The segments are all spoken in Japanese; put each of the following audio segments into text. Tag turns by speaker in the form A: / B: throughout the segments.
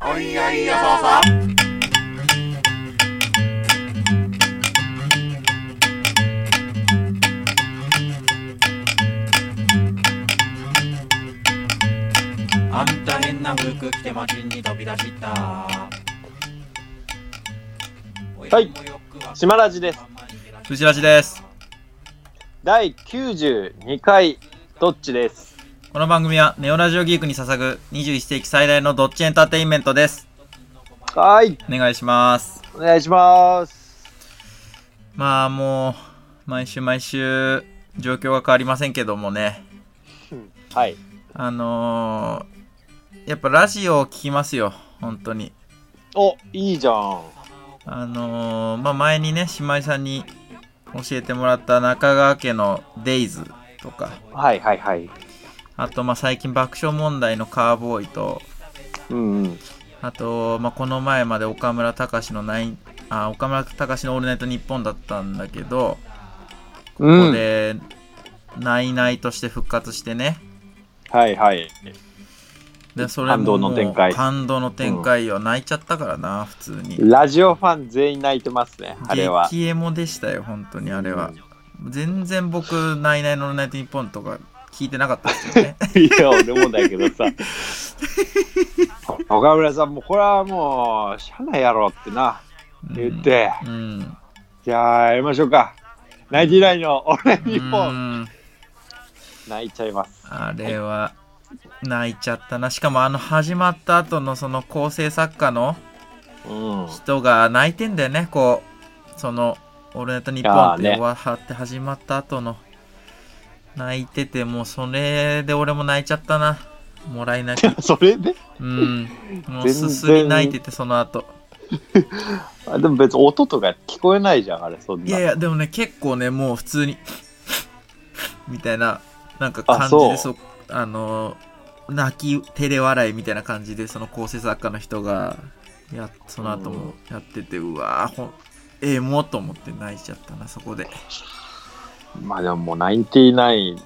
A: おいおいよそうそうあんた変な服着て街に飛び出した
B: はい島ラジです
C: 藤ラジです。
B: 第92回どっちです
C: この番組はネオラジオギークに捧ぐ21世紀最大のどっちエンターテインメントです。
B: はい
C: お願いします。
B: お願いします
C: まあもう、毎週毎週状況が変わりませんけどもね。
B: はい
C: あのー、やっぱラジオを聞きますよ。本当に。
B: おいいじゃん
C: あのー、まあ前にね、姉妹さんに教えてもらった中川家のデイズとか、
B: はいはいはい
C: あとまあ最近爆笑問題のカーボーイと、
B: うんうん
C: あと、まあ、この前まで岡村隆史のナインあ岡村隆史の「オールナイトニッポン」だったんだけど、ここ
B: うん
C: でナイナイとして復活してね
B: はいはい
C: でそ
B: 感動の
C: もう
B: 展開
C: 感動の展開よ、泣いちゃったからな普通に
B: ラジオファン全員泣いてますねあれは
C: 激エモでしたよ本当にあれは、全然僕「ナイナイのオールナイトニッポン」とか聞いてなかったですよね
B: いや俺もだけどさ岡村さんもこれはもうしゃあないやろってな 言って、
C: うん、うん
B: じゃあやりましょうかナインティナインの俺日
C: う
B: 本
C: ん
B: 泣いちゃいます
C: あれは泣いちゃったなしかもあの始まった後のその構成作家の
B: うん
C: 人が泣いてんだよねこうその「オールナイトニッポン」って
B: あーね
C: 終わって始まった後の泣いててもうそれで俺も泣いちゃったなもらい泣き
B: それで
C: うんもう
B: 全然
C: すすり泣いててその後
B: あでも別に音とか聞こえないじゃんあれそんない
C: やいやでもね結構ねもう普通に みたいななんか感
B: あ
C: じ
B: そう
C: でそあの泣き照れ笑いみたいな感じでその構成作家の人がやその後もやっててうわーほんええもうと思って泣いちゃったなそこで
B: まあでももうナインティナイン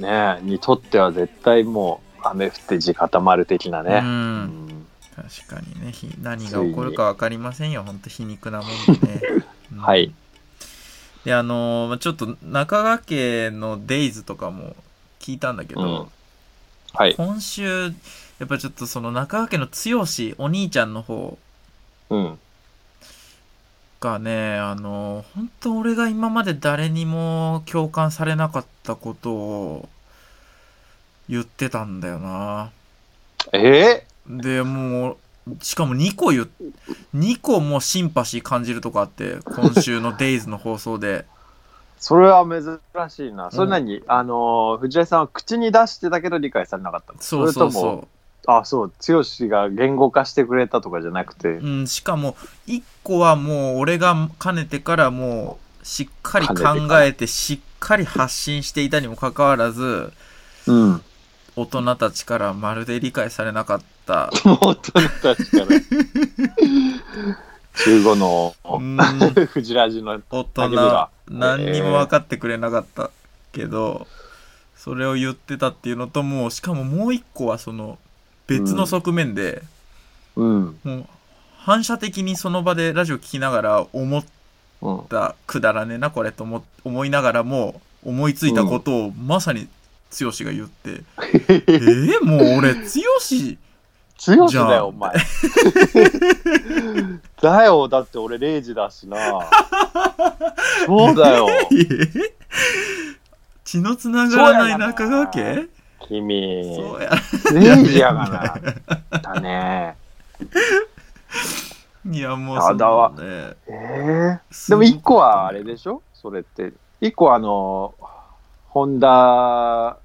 B: ねにとっては絶対もう雨降って地固まる的な
C: う
B: ね、うんん
C: 確かにねひ何が起こるか分かりませんよほんと皮肉なもん でね、うん
B: はい
C: であのーまあちょっと中川家の「デイズとかも聞いたんだけど、
B: うんはい
C: 今週やっぱちょっとその中川家の剛お兄ちゃんの方
B: うん
C: がねあの本当俺が今まで誰にも共感されなかったことを言ってたんだよな
B: え
C: でもうしかも2個言っ2個もうシンパシー感じるとこあって今週の「デイズの放送 で
B: それは珍しいなそれ何、あのー藤井さんは口に出してたけど理解されなかったの
C: そうそう
B: れとも
C: そ
B: あそう剛が言語化してくれたとかじゃなくて
C: う、うん、しかも1個はもう俺がかねてからもうしっかり考えてしっかり発信していたにもかかわらず
B: うん
C: 大人たちからまるで理解されなかった。
B: もっと確かに 中5の
C: うん
B: 藤ラジの大
C: 大
B: 丈夫
C: 人
B: だ、
C: 何にも分かってくれなかったけど、それを言ってたっていうのと、もう、しかももう一個はその、別の側面で、
B: うん
C: もう、反射的にその場でラジオ聞きながら思っ
B: うん
C: た、くだらねえな、これと思思いながらも、思いついたことをまさに剛が言って、えー、もう俺、剛、
B: 強し
C: じゃあ
B: だよ、お前。だよ、だって俺0時だしな。そうだよ、
C: 血のつながらない
B: そうやがな
C: 中川家
B: 君。
C: そうや。
B: 0時やがな。だね。
C: いや、もう
B: やだわ
C: そのね
B: えー、
C: す
B: で
C: ご
B: も
C: く
B: 1個はあれでしょそれって。1個はあの、ホンダ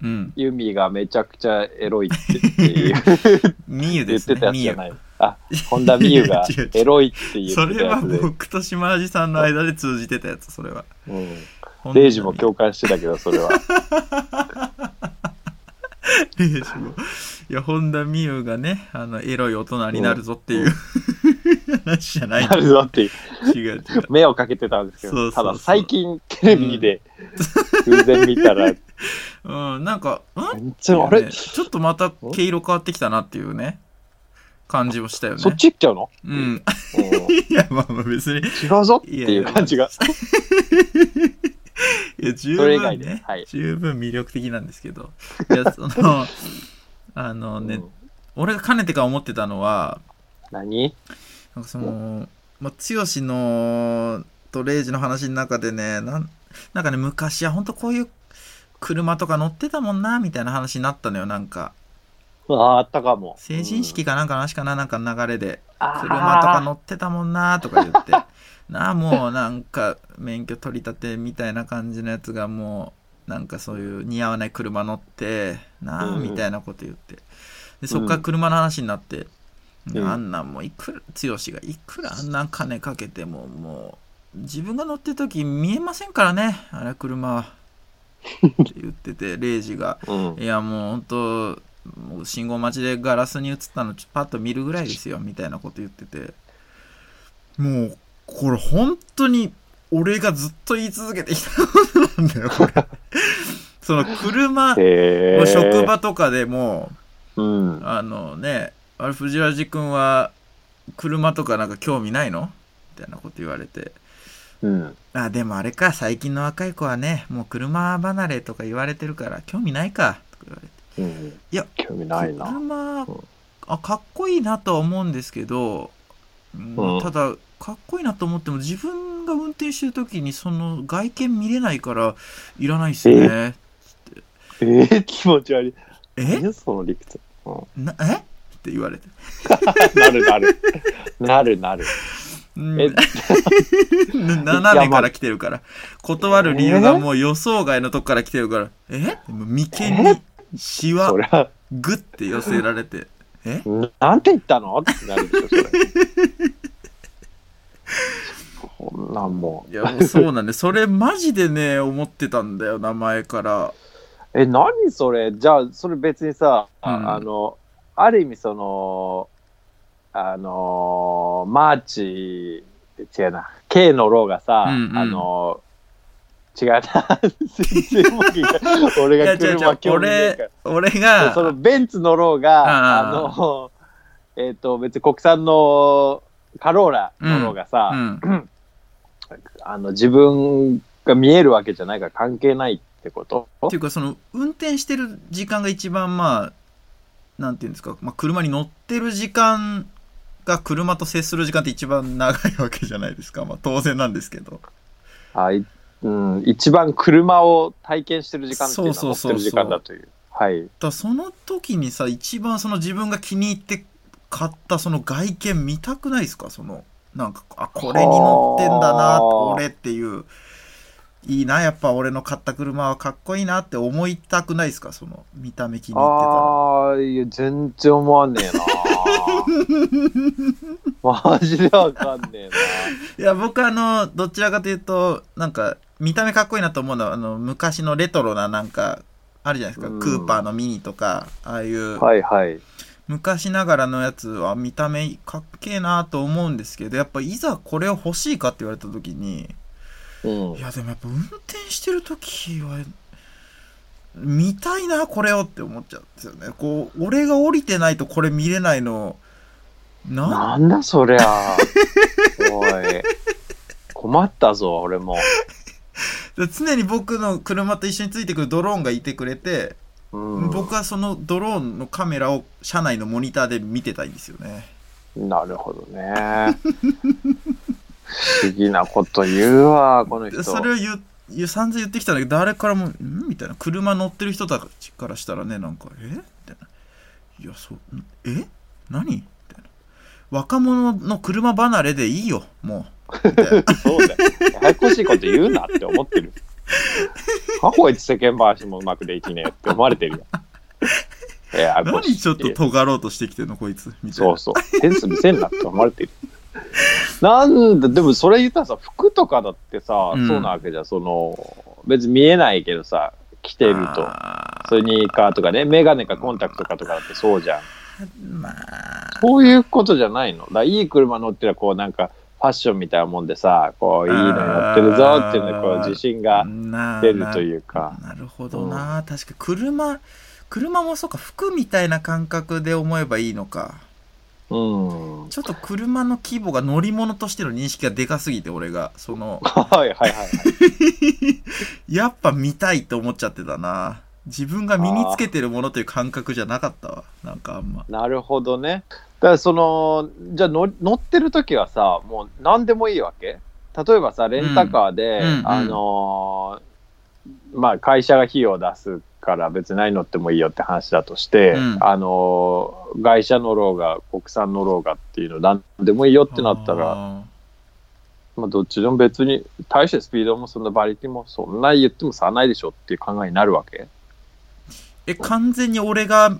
C: うん。
B: ユミがめちゃくちゃエロいっていう
C: みゆ
B: 言
C: で
B: っ
C: す
B: てた
C: ね。
B: やつ
C: み
B: じゃ
C: ゆ。
B: ない。あ、ホンダミユが
C: 違う違う
B: エロいって言
C: そ
B: ってた
C: れ
B: や
C: は
B: つで。
C: 僕と島地さんの間で通じてたやつ、それは。
B: うんレイジも
C: 日。
B: 共感してたけど、そ れは。
C: レイジも。いや、本田みゆがね、あの、エロい大人になるぞっていう 話じゃない
B: な。るぞっていう
C: 違う違う。
B: 目をかけてたんですけど、
C: そうそうそう
B: ただ最近テレビで偶然見たら、
C: うん、なんか、ん
B: 全然あれ、
C: ねちょっとまた毛色変わってきたなっていうね。感じもしたよね。
B: そっち行っちゃうの
C: う
B: う
C: ん。
B: ん
C: いや、まあまあ別に。
B: 違うぞっていう感じが。
C: いや、十
B: それ以
C: 分
B: 外で
C: ね、
B: はい
C: 十分魅力的なんですけど。いや、その、 あのね、
B: うん
C: 俺がかねてから思ってたのは、
B: 何
C: なんかその、まあ、剛のとレイジの話の中でね、なんなんかね、昔は本当こういう車とか乗ってたもんな、みたいな話になったのよ、なんか。
B: ああ、あったかも。
C: 成人式かなんかの話かな、なんかの流れで。
B: うん、
C: 車とか乗
B: っ
C: ってたもんなとか言ってなあもうなんか免許取り立てみたいな感じのやつがもうなんかそういう似合わない車乗ってなあ
B: うん
C: みたいなこと言ってでそっから車の話になって、
B: うん
C: あんなんもういくら剛がいくらあんな金かけてももう自分が乗ってる時見えませんからねあれ車はって言っててレイジが
B: うん
C: いやもう本当もう信号待ちでガラスに映ったのちょパッと見るぐらいですよみたいなこと言っててもうこれ本当に俺がずっと言い続けてきたことなんだよこれ その車
B: へえ。
C: 職場とかでも
B: うん。
C: あのねあれ藤原君は車とかなんか興味ないのみたいなこと言われて
B: うん。
C: あでもあれか最近の若い子はねもう車離れとか言われてるから興味ないかとか言われて
B: うん。
C: いや
B: 興味ないな。
C: 車
B: うん
C: あかっこいいなとは思うんですけど、うん
B: うん
C: ただかっこいいなと思っても自分が運転してる時にその外見見れないからいらないっすね
B: えー、気持ち悪い。
C: え
B: 何その理屈。うん
C: なえって言われて
B: なるなる。なるなる。
C: うん
B: え
C: 斜めから来てるから断る理由がもう予想外のとこから来てるからえもう眉間にシワ
B: そりゃ、
C: グッて寄せられてえ
B: なんて言ったのってなるでしょ、 それ。そんなんも
C: いやもうそうなんでそれマジでね思ってたんだよ名前から
B: う。え、何それじゃあ、それ別にさ、あ
C: うん
B: あの、ある意味その、あのー、マーチ、違うな、K のローがさ、
C: うんうん
B: あのー、違うな、全然もういいや俺
C: いや
B: が
C: 違う違
B: 車
C: う
B: 興味ねえから
C: 俺。俺
B: そう
C: が
B: そのベンツ乗ろうが、
C: あ
B: あ
C: ー
B: の、えっ、と、別に国産のカローラ乗ろうがさ、
C: うん
B: あの、自分が見えるわけじゃないから関係ないってこと
C: っていうかその運転してる時間が一番まあなんていうんですか、まあ、車に乗ってる時間が車と接する時間って一番長いわけじゃないですか、まあ、当然なんですけど
B: はい、うん、一番車を体験してる時間っていうのは
C: そ
B: 乗
C: う
B: っ
C: そ
B: て
C: うそうそう
B: る時間だという。はい。
C: だからその時にさ一番その自分が気に入って買ったその外見見たくないですかそのなんかあこれに乗ってんだ
B: あ
C: な
B: ー
C: 俺っていういいなやっぱ俺の買った車はかっこいいなって思いたくないですかその見た目気に入ってたら。
B: ああ、いや、全然思わねえな。 マジでわかんねえ
C: いや僕あのどちらかというとなんか見た目かっこいいなと思うのはあの昔のレトロななんかあるじゃないですか、
B: うん
C: クーパーのミニとかああいう
B: な。はいはい。
C: 昔ながらのやつは見た目かっけえなと思うんですけどやっぱいざこれを欲しいかって言われた時に
B: うん
C: い。やでもやっぱ運転してる時は見たいなこれをって思っちゃうんですよねこう俺が降りてないとこれ見れないのなん
B: なんだそりゃ。おい。困ったぞ、俺も。
C: で常に僕の車と一緒についてくるドローンがいてくれて
B: うん、
C: 僕はそのドローンのカメラを車内のモニターで見てたいんですよね。
B: なるほどね。不思議なこと言うわ、この
C: で
B: 人。
C: それを言う言う散々言ってきたんだけど誰からも「ん?」みたいな車乗ってる人たちからしたらねなんか「えみたいな「いやそうんえ何?」みたいな「若者の車離れでいいよもう」みたいな
B: そうだよ。ややこしいこと言うなって思ってる。あこいつ世間話もうまくできねえって思われてるよ。いややこしい
C: 何ちょっと尖ろうとしてきてんのこいつみたい
B: そ
C: な
B: うそう。センス見せんなって思われてる。なんだ、でもそれ言ったらさ、服とかだってさ、
C: うん
B: そうなわけじゃん。その、別に見えないけどさ、着てると。
C: あー
B: スニーカーとかね、メガネかコンタクトかとかだってそうじゃん。
C: まあ
B: そういうことじゃないの。だからいい車乗ってりゃ、こうなんか、ファッションみたいなもんでさ、こう、いいの乗ってるぞっていうので、こう、自信が
C: な
B: 出るというか。
C: なるほどな、確か車車もそうか服みたいな感覚で思えばいいのか
B: うん。
C: ちょっと車の規模が乗り物としての認識がでかすぎて、俺が、その、
B: はいはいはいはい。
C: やっぱ見たいと思っちゃってたな。自分が身につけてるものという感覚じゃなかったわ。なんかあんま。
B: なるほどね。だからその、じゃあの乗ってる時はさ、もう何でもいいわけ例えばさ、レンタカーで、
C: うんうんうん
B: あのーまあ会社が費用を出すから別に何乗ってもいいよって話だとして、
C: うん
B: あのー外車乗ろうが国産乗ろうがっていうの何でもいいよってなったら、
C: あ
B: まあどっちでも別に大してスピードもそんな馬力もそんな言っても差はないでしょっていう考えになるわけ
C: ー。え、完全に俺が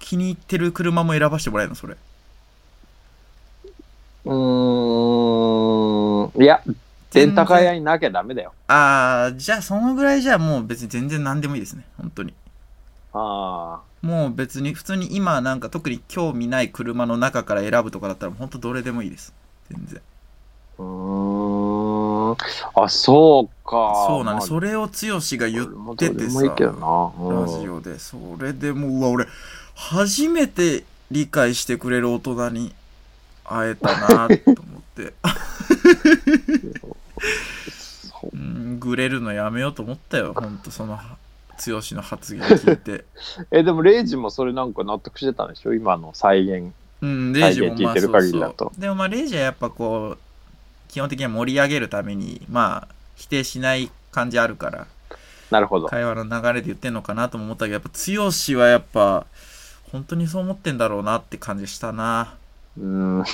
C: 気に入ってる車も選ばせてもらえるのそれ。
B: うーん、いや、レンタカー屋になきゃダメだよ。
C: あー、じゃあそのぐらいじゃもう別に全然何でもいいですね。本当に。
B: あ
C: もう別に普通に今なんか特に興味ない車の中から選ぶとかだったら本当どれでもいいです。全然。
B: あ、うーん。あ、そうか。
C: そうなん
B: ま
C: で、
B: あ
C: それを剛が言って
B: どれ
C: て
B: で
C: さ。
B: もいいけどな。うん
C: ラジオで、それでもう、うわ、俺、初めて理解してくれる大人に会えたなと思って、
B: そう
C: うん、グレるのやめようと思ったよ、ほんと、その、剛の発言聞いて。
B: え、でも、レイジもそれなんか納得してたんでしょ今の再現。
C: うん、レイジもま
B: 聞
C: あ
B: いてる
C: そうそう
B: 限りだと
C: でもまあ、レイジはやっぱこう、基本的には盛り上げるために、まあ、否定しない感じあるから、
B: なるほど。
C: 会話の流れで言ってんのかなとも思ったけど、やっぱ、剛はやっぱ、本当にそう思ってんだろうなって感じしたな。
B: うん。
C: うん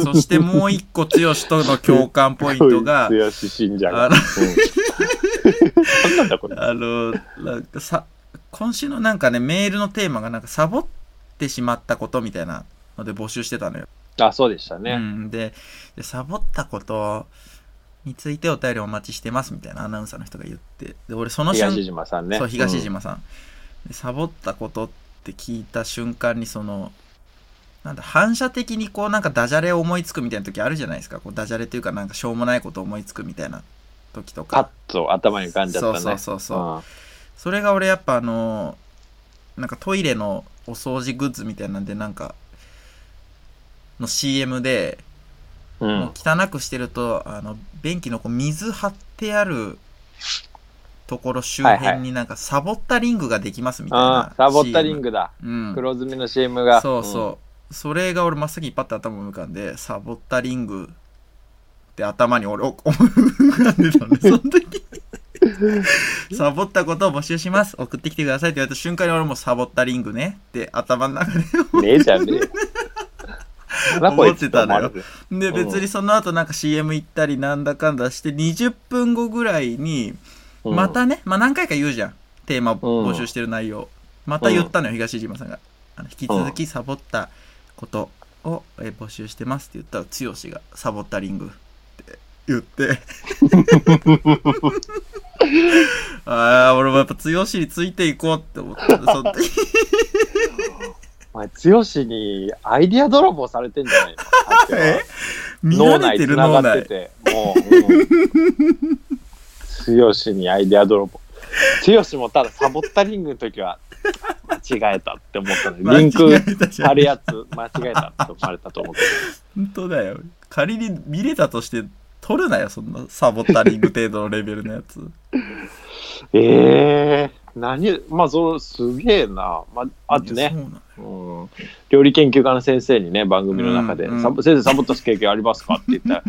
C: そしてもう一個、剛との共感ポイント が、
B: 強し信者が。
C: あ
B: うんなんだ これ。
C: あの、なんかさ、今週のなんかね、メールのテーマがなんかサボってしまったことみたいなので募集してたのよ。
B: あ、そうでした
C: う
B: ね。
C: ん、でで、サボったことについてお便りお待ちしてますみたいなアナウンサーの人が言って、で、俺その瞬
B: 東島さんね。
C: そう、東島さん。でサボったことって聞いた瞬間に、その、なんだ、反射的にこう、なんかダジャレを思いつくみたいな時あるじゃないですか。こうダジャレというか、なんかしょうもないこと思いつくみたいな時と
B: パッ
C: か。
B: と頭に浮かんじゃったね。
C: そうそうそうそう
B: うん
C: それが俺やっぱあのーなんかトイレのお掃除グッズみたいなんで、なんか、の CM で、
B: う。
C: もうん汚くしてると、あの、便器のこう水張ってあるところ周
B: は
C: 辺
B: いは
C: になんかサボったリングができますみたい
B: あ
C: な
B: ー。サボったリングだ。
C: うん、
B: 黒ずみの CM が。
C: そうそう、それが俺真っ先にパッと頭に浮かんでサボったリングって頭に俺お思い浮かんで たんでその時にサボったことを募集します送ってきてくださいって言われた瞬間に俺もサボったリングねって頭の中で
B: うん。ねえじゃ ねえよ。なんだこいつ
C: 思ってたのよ
B: って思われてる
C: で
B: うん
C: 別にその後なんか CM 行ったりなんだかんだして20分後ぐらいに
B: うん
C: またね、まあ何回か言うじゃんテーマ募集してる内容、また言ったのよ、東島さんがあの引き続きサボったことを、えー募集してますって言ったら剛がサボったリングって言って ああ俺もやっぱ剛についていこうって思った その時
B: お前、剛にアイディア泥棒されてんじゃないの
C: え見
B: 脳
C: られ
B: 内
C: てる
B: 繋
C: 脳
B: がって
C: 内
B: て。もう。うん、剛にアイディア泥棒。剛もただサボったリングの時は、間違えたって思ったのよ。リン
C: 間違
B: ク
C: えたじゃ
B: 貼
C: ん
B: るやつ、間違えたって思われたと思って。
C: 本当だよ仮に見れたとして取るなよそんなサボったリング程度のレベルのや つ
B: ええ何まあ、そのすげえな。まあ、あと
C: い
B: ね
C: やそ、うなのよ
B: うん料理研究家の先生にね、番組の中で、
C: うんうん
B: サボ先生、サボった経験ありますかって言 ったら、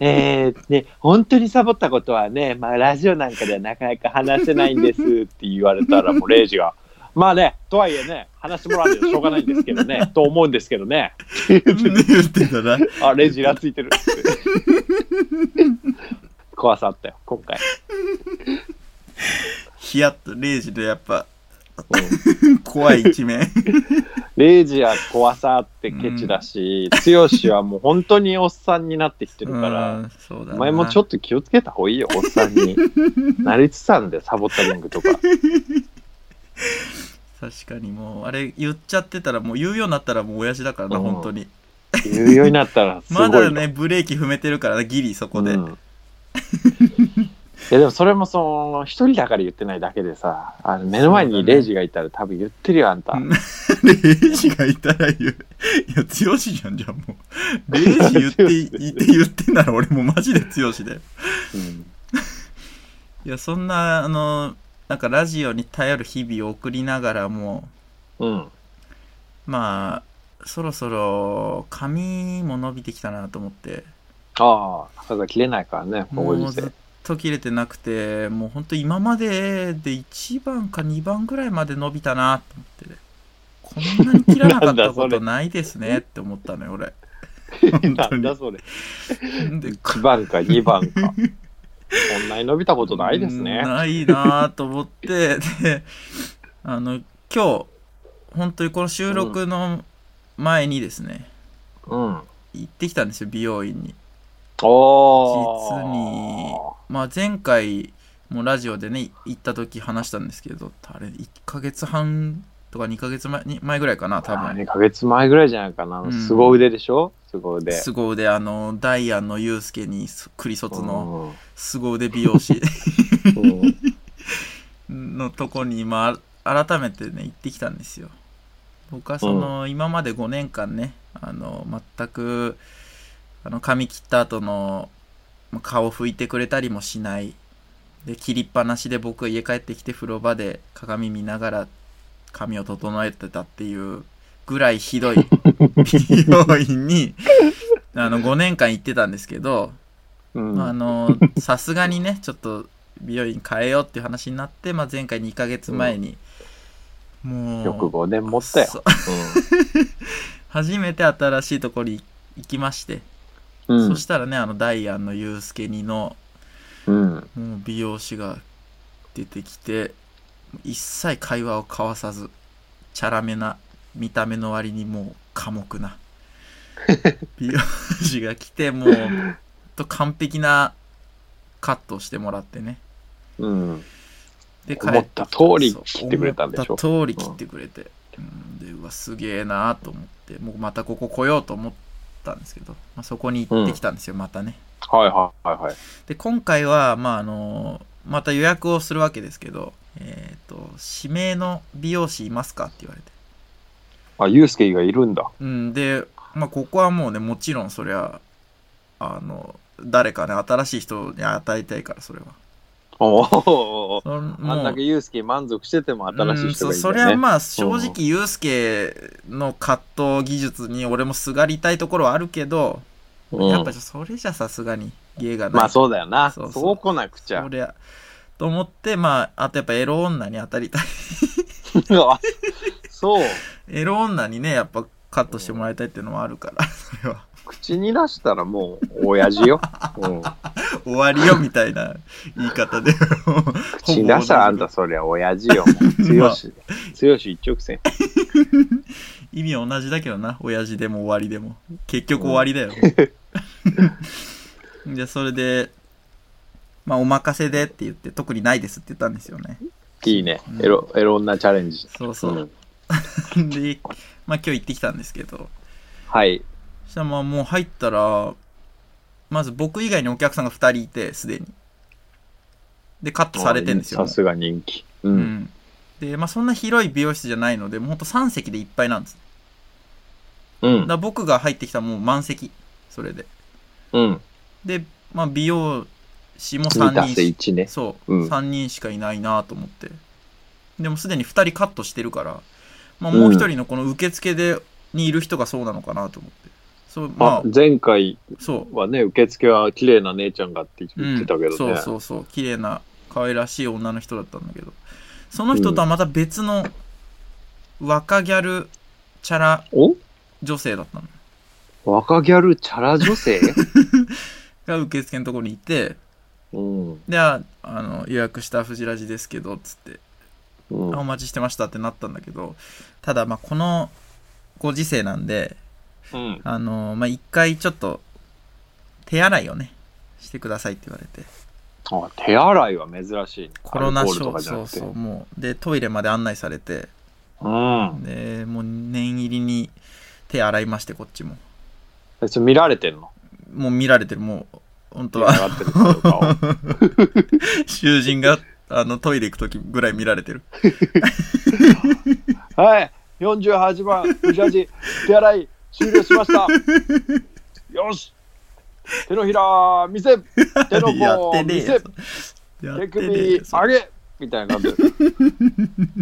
B: えー、ね、本当にサボったことはね、まあ、ラジオなんかではなかなか話せないんですって言われた ら、もう、レイジが、まあね、とはいえね、話してもらうにはしょうがないんですけど ね、と思うんですけどね、
C: うん言ってたな
B: あ、レイジイラつい てるって。怖さあったよ、今回。
C: ヒヤッとレイジでやっぱ
B: うん
C: 怖い一面
B: レイジは怖さあってケチだし、剛はもう本当におっさんになってきてるから、
C: うんそうだ
B: お前もちょ
C: っ
B: っと気をつけた方がいいよ、おっさん に。なりつつあんで、サボったリングとか。
C: と確かにもうあれ言っちゃってたらもう言うようになったらもう親父だからな
B: うん
C: 本当に
B: 言うようになったらすごい
C: ま
B: よ。
C: だねブレーキ踏めてるからなギリそこで、
B: うんやでもそれもその一人だから言ってないだけでさあの目の前
C: そう
B: に
C: だね
B: レイジがいたら多分言ってるよあんた、
C: うんレイジがいたら言う。いや、強しじゃん、じゃあもう。レイ ジ言って、言って、言ってんなら俺もマジで強しだよ。
B: うん
C: いや、そんな、あの、なんかラジオに頼る日々を送りながらも、
B: うん
C: まあ、そろそろ髪も伸びてきたなと思って、
B: ああ数は切れないからねこ
C: も
B: ういうう時
C: ずっ
B: 世
C: と切れてなくて、もうほんと今までで1番か2番ぐらいまで伸びたなと思って、こんなに切らなかったことないです ねって思ったのよ、俺。本
B: な
C: 当
B: ん
C: に
B: だ。それ
C: で
B: 1番か2番 かこんなに伸びたことないですね
C: ないなと思って、で、あの、今日、本当にこの収録の前にですね、
B: うん
C: 行ってきたんですよ、美容院に。
B: お
C: 実に、まあ前回もラジオでね、行った時話したんですけど、あれ、1ヶ月半とか2ヶ月前に前ぐらいかな、多分。
B: 2ヶ月前ぐらいじゃないかなあの
C: うん
B: 凄腕でしょ凄腕
C: 凄腕、あの、ダイアンのユうスケに、クリソツの
B: の
C: 凄腕美容師
B: うん
C: のとこに、まあ、改めてね、行ってきたんですよ。僕はその、今まで5年間ね、あの、全く、あの、髪切った後の、まあ顔拭いてくれたりもしない。で、切りっぱなしで僕は家帰ってきて風呂場で鏡見ながら髪を整えてたっていうぐらいひどい美容院に、あの、5年間行ってたんですけど、
B: うん
C: まあ、あのさすがにねちょっと美容院変えようっていう話になって、まあ、前回2ヶ月前に、もう
B: よく5年持ったよ
C: そう
B: う
C: 初めて新しいところに行きまして、
B: んうん
C: そしたらねあのダイアンのユうスケにの
B: うん
C: もう美容師が出てきて一切会話を交わさずチャラめな見た目の割にもう寡 黙な美容師が来てもうほんと完璧なカットをしてもらってね
B: うん
C: で
B: 思った通り切ってくれたんでしょ
C: そう思った通り切ってくれて、うん、でうわすげえなと思ってもうまたここ来ようと思ったんですけど、まあ、そこに行ってきたんですよ、またね
B: はいはいはいはい
C: で今回はまああのまた予約をするわけですけどえっ、と指名の美容師いますかって言われて
B: あユースケがいるんだ
C: うんでまあここはもうねもちろんそりゃあの誰かね新しい人に与えたいからそれは
B: おお
C: そん
B: あんだけユースケ満足してても新しい人
C: うん
B: がい
C: そ
B: る
C: そ
B: ん
C: れ
B: だ
C: は
B: よね
C: まあ正直ユうスケの葛藤技術に俺もすがりたいところはあるけど、
B: うん
C: やっぱそれじゃさすがに芸がない、
B: まあそうだよな
C: そ
B: そうう
C: そう
B: 来なくちゃ
C: そりゃと思ってまああとやっぱエロ女に当たりたい
B: あ そう
C: エロ女にねやっぱカットしてもらいたいっていうのもあるから それは
B: 口に出したらもう親父よ、 うん、
C: 終わりよみたいな言い 方で
B: 口に出したらあんたそりゃ親父よもう強し強し一直線
C: 意味は同じだけどな親父でも終わりでも結局終わりだよ、 でそれでまあお任せでって言って特にないですって言ったんですよね
B: いいねエロエロなチャレンジ
C: そうそうう、
B: ん
C: でまあ今日行ってきたんですけど
B: はい
C: そしたらまあもう入ったらまず僕以外にお客さんが2人いてすでにでカットされてんですよ
B: さすが人気う、
C: うんんでまあそんな広い美容室じゃないのでもうほんと3席でいっぱいなんです
B: う
C: だ
B: ん
C: から僕が入ってきたらもう満席それで
B: うん、
C: で、まあ、美容師も
B: 2
C: 3
B: 足す
C: 人し
B: 1ね
C: そう、
B: うん
C: 3人しかいないなと思ってでもすでに2人カットしてるから、まあ、もう1人のこの受付でにいる人がそうなのかなと思ってそうまあ
B: あ前回
C: そう
B: はね受付は綺麗な姉ちゃんがって言ってたけどね、
C: そうそうそう綺麗な可愛らしい女の人だったんだけどその人とはまた別の若ギャルチャラ女性だったの
B: お若ギャルチャラ女性
C: が受付のところにいて
B: うん、
C: でああの予約した藤ラジですけどっつって
B: うん
C: あお待ちしてましたってなったんだけどただまあこのご時世なんで
B: うん、
C: あのーまあ一回ちょっと手洗いをねしてくださいって言われて
B: あ手洗いは珍しいね
C: コロナ
B: アルコールと
C: 症
B: かじゃ
C: そ
B: な
C: う
B: くて
C: そうもうでトイレまで案内されて
B: うん
C: でもう念入りに手洗いましてこっちも
B: えそれ見られてんの
C: もう見られてるもう本当
B: 上
C: は、
B: がってるんですよ顔
C: 囚人が、あの、トイレ行くときぐらい見られてる。
B: はい、48番、ジャージ、手洗い、終了しました。よし、手のひら、見 せ、手の
C: やっ
B: 甲、
C: てねえ
B: 見
C: よ
B: せ、。
C: やっ
B: 手
C: て
B: 首、
C: ねえよ。
B: 上げ、みたいな感じで。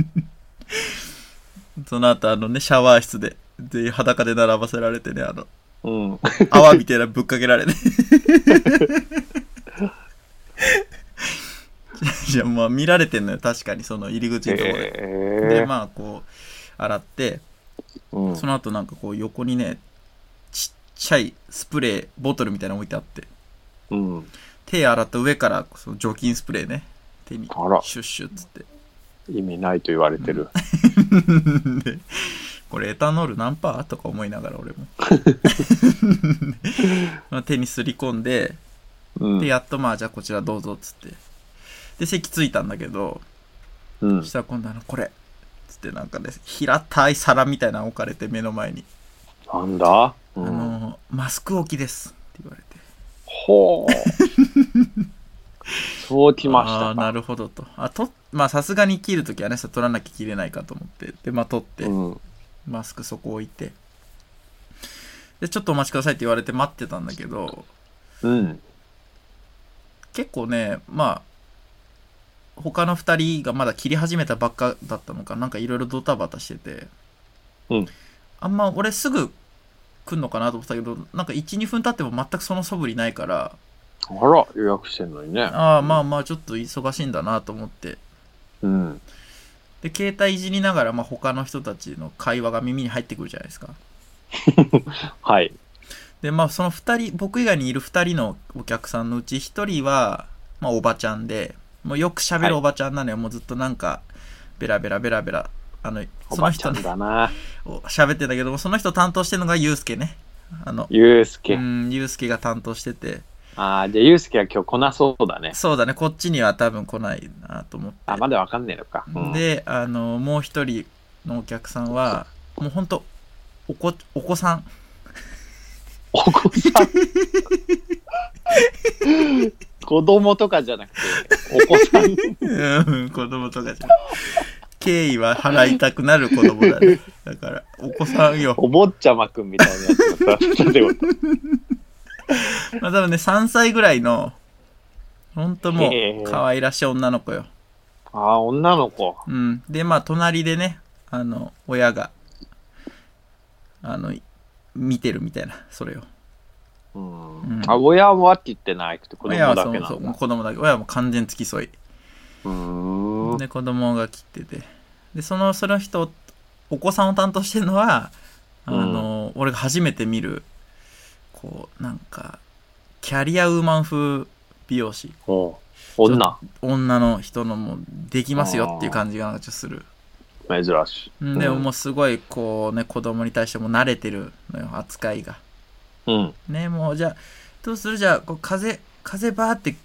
C: その後、あのね、シャワー室で、全員裸で並ばせられてね、あの、
B: うん、
C: 泡みたいなのぶっか けられて。いや、まあ、見られてんのよ、確かに、その入り口のところで。で、
B: え
C: まあ、こう、洗って、
B: うん
C: その後なんかこう、横にね、ちっちゃいスプレー、ボトルみたいなの置いてあって、
B: うん、
C: 手洗った上から、その除菌スプレーね、手に、
B: あら、
C: シュッシュッつって。
B: 意味ないと言われてる。
C: でこれエタノール何パーとか思いなが ら俺も まあ手にすり込んで
B: うん
C: で、やっとまあじゃあこちらどうぞっつってで席ついたんだけど
B: うん
C: そし、たら今度あのこれつってなんかね平たい皿みたいなの置かれて目の前に
B: なんだ、
C: 「あ
B: うん、
C: のマスク置きです」って言われて
B: ほう。そうきまし
C: あ
B: た
C: あな
B: か。
C: るほどとあとまあさすがに切るときはねさ取らなきゃ切れないかと思ってでまあ取って、
B: うん、
C: マスクそこ置いてでちょっとお待ちくださいって言われて待ってたんだけど
B: うん、
C: 結構ねまあ他の2人がまだ切り始めたばっかだったのかなんかいろいろドタバタしてて、
B: うん
C: あんま俺すぐ来んのかなと思ってたけどなんか12分経っても全くその素振りないから
B: あら、予約してんのにね。
C: ああまあまあちょっと忙しいんだなと思って
B: うん、
C: で携帯いじりながら、まあ、他の人たちの会話が耳に入ってくるじゃないですか
B: はい。
C: でまあその2人僕以外にいる2人のお客さんのうち1人は、まあ、おばちゃんでもうよく喋
B: はい
C: るおばちゃんなのよ、もうずっとなんかベラベラベラベラあの
B: お
C: その
B: ばちゃ
C: 人
B: ん
C: ね
B: だな。
C: お喋ってんだけどもその人担当してるのがユうスケねあの
B: ゆうすけ。
C: うんユうスケが担当してて
B: ああ、じゃあ、ゆうすけは今日来なそうだね。
C: そうだねこっちには多分来ないなと思って
B: あ、まだわかんねえのか。うん、
C: であのもう1人のお客さんはもうほんとおこお子さん
B: お子さん。 子供とかじゃなくて、お子さん。
C: うん、子供とかじゃない。敬意は払いたくなる子供 だね。だから、お子さんよ。
B: お坊ちゃまくんみたいなやつだったって こと。
C: まあ多分ね、3歳ぐらいの、ほんとも
B: へえ
C: う、可愛らしい女の子よ。
B: ああ、女の子。
C: うん。で、まあ、隣でね、あの、親が、あの、い見てるみたいな、それを。
B: うん
C: うん
B: あ、親はって言ってないくて、子供
C: 親
B: だ
C: は
B: け
C: そう
B: な
C: そ
B: ん
C: う、もう
B: だ。
C: 子供だけ。親はもう完全付き添い。
B: うーん。
C: で、子供が切ってて。で、その、その人、お子さんを担当してるのは、あの、俺が初めて見る、こう、なんか、キャリアウーマン風美容師。
B: おう女。
C: 女の人のもう、できますよっていう感じがなんかちょっとする。
B: 珍しい。
C: んで、
B: うん
C: もうすごい、こうね、子供に対しても慣れてるのよ、扱いが。
B: うん。
C: ね、もう、じゃあ、どうするじゃあ、こう風、風バーって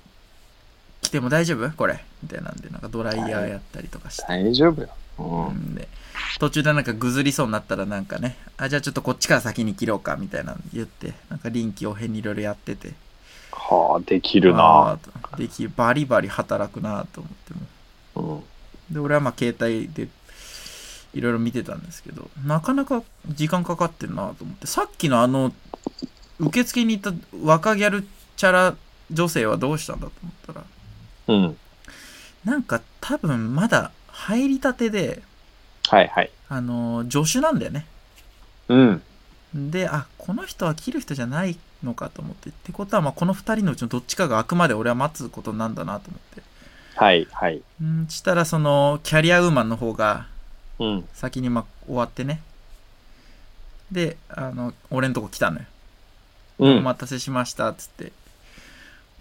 C: 来ても大丈夫これ。みたいなんで、なんかドライヤーやったりとかして。
B: 大丈夫よ。うん。
C: で途中でなんかぐずりそうになったらなんかねあじゃあちょっとこっちから先に切ろうかみたいなの言ってなんか臨機応変にいろいろやってて
B: はあ、できる
C: あ
B: な。
C: ーできバリバリ働くなと思っても
B: うん。
C: で俺はまあ携帯でいろいろ見てたんですけどなかなか時間かかってんなと思ってさっきのあの受付に行った若ギャルチャラ女性はどうしたんだと思ったら
B: うん。
C: なんか多分まだ入りたてで
B: はいはい。
C: あの助手なんだよね
B: うん。
C: であこの人は切る人じゃないのかと思ってってことはまあこの2人のうちのどっちかがあくまで俺は待つことなんだなと思って
B: はいはい。
C: うんしたらそのキャリアウーマンの方が
B: うん。
C: 先にまあ終わってねであの俺んとこ来たのよ、
B: う
C: お
B: ん。
C: 待たせしましたっつって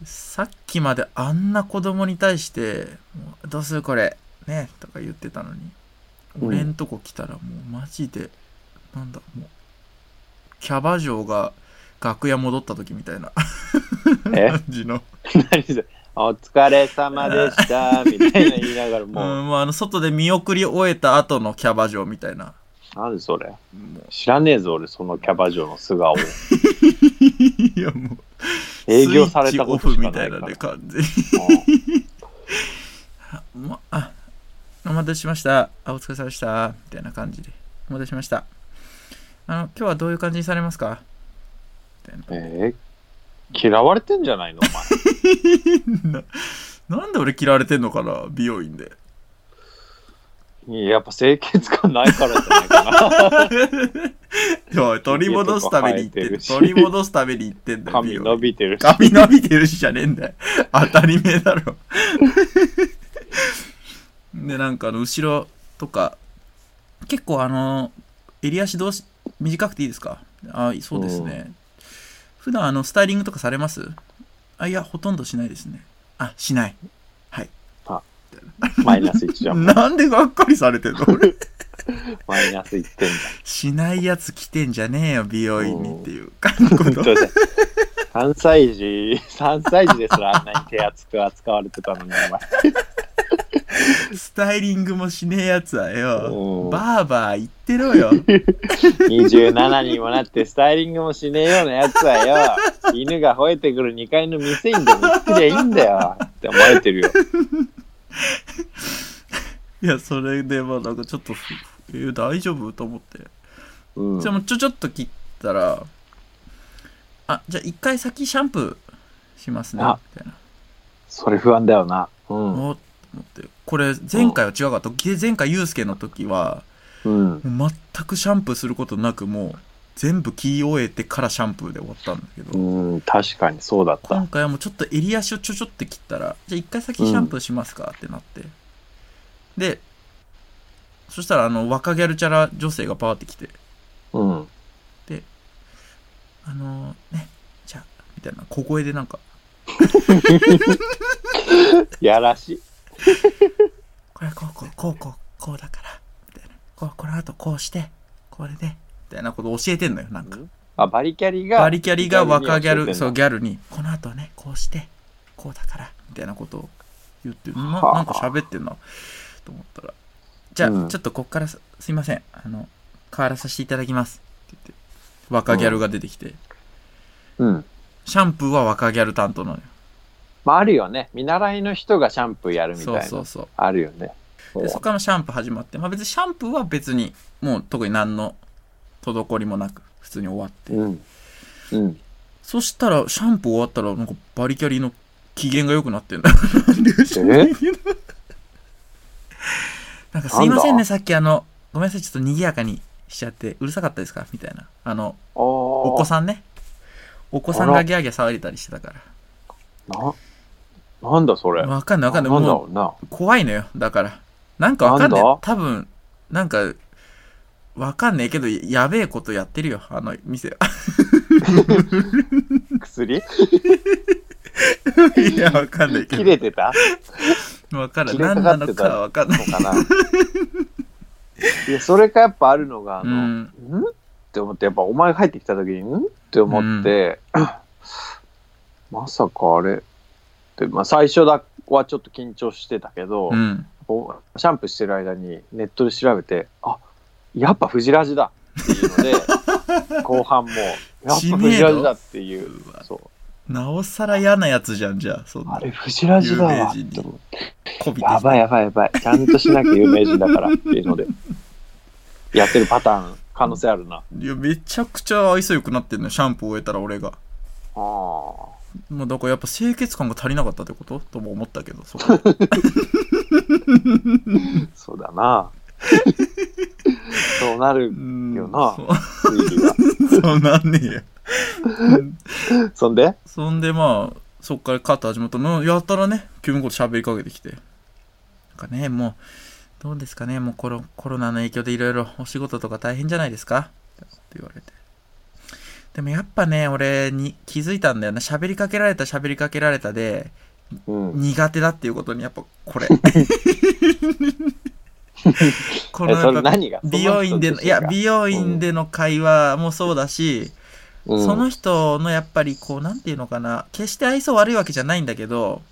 C: さっきまであんな子供に対してもう「どうするこれね」とか言ってたのに
B: うん
C: 俺んとこ来たらもうマジでなんだもうキャバ嬢が楽屋戻った時みたいな
B: え
C: 感じの
B: 何それお疲れ様で したみたいな言いながら
C: もう,、
B: もう、
C: ん、もうあの外で見送り終えた後のキャバ嬢みた いな
B: なんでそれ
C: も
B: 知らねえぞ俺そのキャバ嬢の素顔
C: ういやもう
B: 営業されたこと
C: スイッチオ
B: し
C: フ
B: か
C: み
B: な
C: た
B: い
C: い
B: か
C: な
B: ら
C: ね、感じ。ま、あ、お待たせしました。あ、お疲れ様でした。みたいな感じで。お待たせしました。あの、今日はどういう感じにされますかみたいな。
B: うんえー嫌われてんじゃないのお前
C: ななんで俺嫌われてんのかな美容院 で。
B: いややっぱ清潔感ないからじゃない か
C: いや取り戻すために言って
B: 家とか生えてる
C: る。
B: し
C: 取り戻すために言ってんだ
B: な
C: よ。
B: 髪伸びてるし
C: 髪伸びてるしじゃねえんだよ。当たり前だ ろ。で、なんかあの、後ろとか、結構あの、襟足どうし、短くていいですかあそうですね。普段あの、スタイリングとかされますあ、いや、ほとんどしないですね。あ、しない。
B: マイナス1じゃん
C: なんでがっかりされて んの俺。
B: マイナス1点じ
C: しないやつ来てんじゃねえよ、美容院にっていう感じ のこ
B: ゃん
C: と。
B: 本当だ3歳児3歳児ですらあんなに手厚く扱われてたのに
C: スタイリングもしねえやつは
B: う
C: よ
B: ん。
C: バーバー言ってろよ。
B: お前27にもなってスタイリングもしねえようなやつはよ犬が吠えてくる2階の店員でも行ってりゃいいんだよって思われてるよ
C: いや、それでまあなんかちょっと、ふえー大丈夫と思って。
B: うん
C: じゃあもうちょちょっと切ったら、あ、じゃあ一回先シャンプーしますね。
B: あ
C: みたいな。
B: それ不安だよなうん
C: おっと思って。これ前回は違うかった。で前回ユうスケの時は、
B: うん
C: もう全くシャンプーすることなくもう全部切り終えてからシャンプーで終わったんだけど。
B: うん確かにそうだった
C: 今回はもうちょっと襟足をちょちょって切ったら、じゃあ一回先シャンプーしますかってなって。で、そしたらあの若ギャルチャラ女性がパーって来て、
B: うん
C: あのーね、じゃあ、みたいな小声でなんか、
B: やらしい
C: これこうこうこうこうこうだから、みたいな。こう、この後こうして、これで、みたいなこと教えてんのよ、なんか。
B: あバリキャリが
C: バリキャリが若ギャル、
B: そ
C: そうう、ギャルに、この後ね、こうして、こうだから、みたいなことを言って、な
B: はあ
C: なんか喋ってんな、と思ったら。じゃあ、
B: うん
C: ちょっとこっからす、すいません、あの、変わらさせていただきます。って言って、若ギャルが出てきて、
B: うん
C: シャンプーは若ギャル担当なのよ。
B: まああるよね見習いの人がシャンプーやるみたい
C: そう
B: な
C: そうそう。
B: あるよね
C: でそこからシャンプー始まって、まあ別にシャンプーは別に、もう特に何の滞りもなく、普通に終わって。
B: うんうん
C: そしたら、シャンプー終わったら、なんかバリキャリの機嫌が良くなってんだ。なんで知らないけど なんかすいま
B: なん
C: せん
B: だ
C: ね、さっきあの、ごめんなさい、ちょっと賑やかにしちゃって、うるさかったですかみたいな。あの、お
B: お
C: 子さんね。お子さんがギャーギャー騒いでたりしてたか
B: ななんだそれ
C: ら。わかんないわかんない。
B: なんだ
C: も
B: ろうな
C: う、怖いのよ。だから。なんかわかんない
B: なんだ。
C: 多分、なんか、わかんないけど、やべえことやってるよ。あの 店。
B: 薬
C: いや、わか んないけ
B: 切
C: ど。
B: れてた
C: わかる。
B: 切れか
C: 何
B: か
C: な
B: ってた
C: のかはわかんない。
B: のかないやそれかやっぱあるのがあ
C: う
B: の、ん
C: ん。
B: って思ってやっぱお前が入ってきた時にんって思って、まさかあれで、まあ、最初だはちょっと緊張してたけど、
C: うん。
B: こうシャンプーしてる間にネットで調べてあやっぱフジラジだっていうの で後半もやっぱフ
C: 知ねえの
B: ジラジだっていう
C: うわ
B: そう
C: なおさら嫌なやつじゃん、じゃあ、そん
B: あ
C: な。
B: れフジラジだわって思って
C: こびて
B: やばいやばいやばいちゃんとしなきゃ有名人だからっていうの でやってるパターン可能性あるなあ
C: いや、めちゃくちゃ愛想良くなってんのよシャンプー終えたら俺が。
B: ー
C: もうだからやっぱ清潔感が足りなかったってこととも思ったけど、そこ。
B: そうだなそうなる
C: うん
B: よな
C: そ
B: 推理は
C: うそうなんねえ ようん
B: そんで
C: そんでまあ、そっからカット始まったの、やったらね、急にこと喋りかけてきて。なんかね、もう、どうですかね、もうコロコロナの影響でいろいろお仕事とか大変じゃないですかって言われて。でもやっぱね、俺に気づいたんだよな。喋りかけられた喋りかけられたで、
B: うん
C: 苦手だっていうことにやっぱ これ。 こ
B: えそれ
C: やっぱ
B: 何が
C: 美容院で
B: そ
C: の、
B: の人自
C: いや、
B: 身が
C: 美容院での会話もそうだし、
B: うん
C: その人のやっぱりこうなんていうのかな決して愛想悪いわけじゃないんだけど、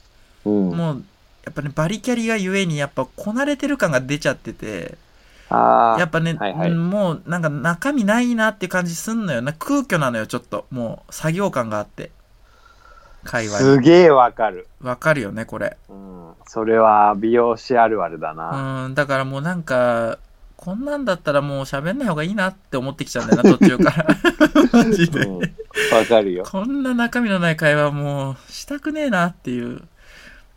B: うん
C: もうやっぱねバリキャリがゆえにやっぱこなれてる感が出ちゃってて
B: あ
C: や
B: ー
C: っぱね、
B: はいはい
C: うんもうなんか中身ないなって感じすんのよな空虚なのよちょっともう作業感があって界隈
B: すげえわかる。
C: わかるよねこれ
B: うん。それは美容師あるあるだな。
C: うんだからもうなんかこんなんだったらもう喋んない方がいいなって思ってきちゃうんだ よな途中から マジ
B: う
C: で、
B: ん。わかるよ。
C: こんな中身のない会話もうしたくねえなっていう。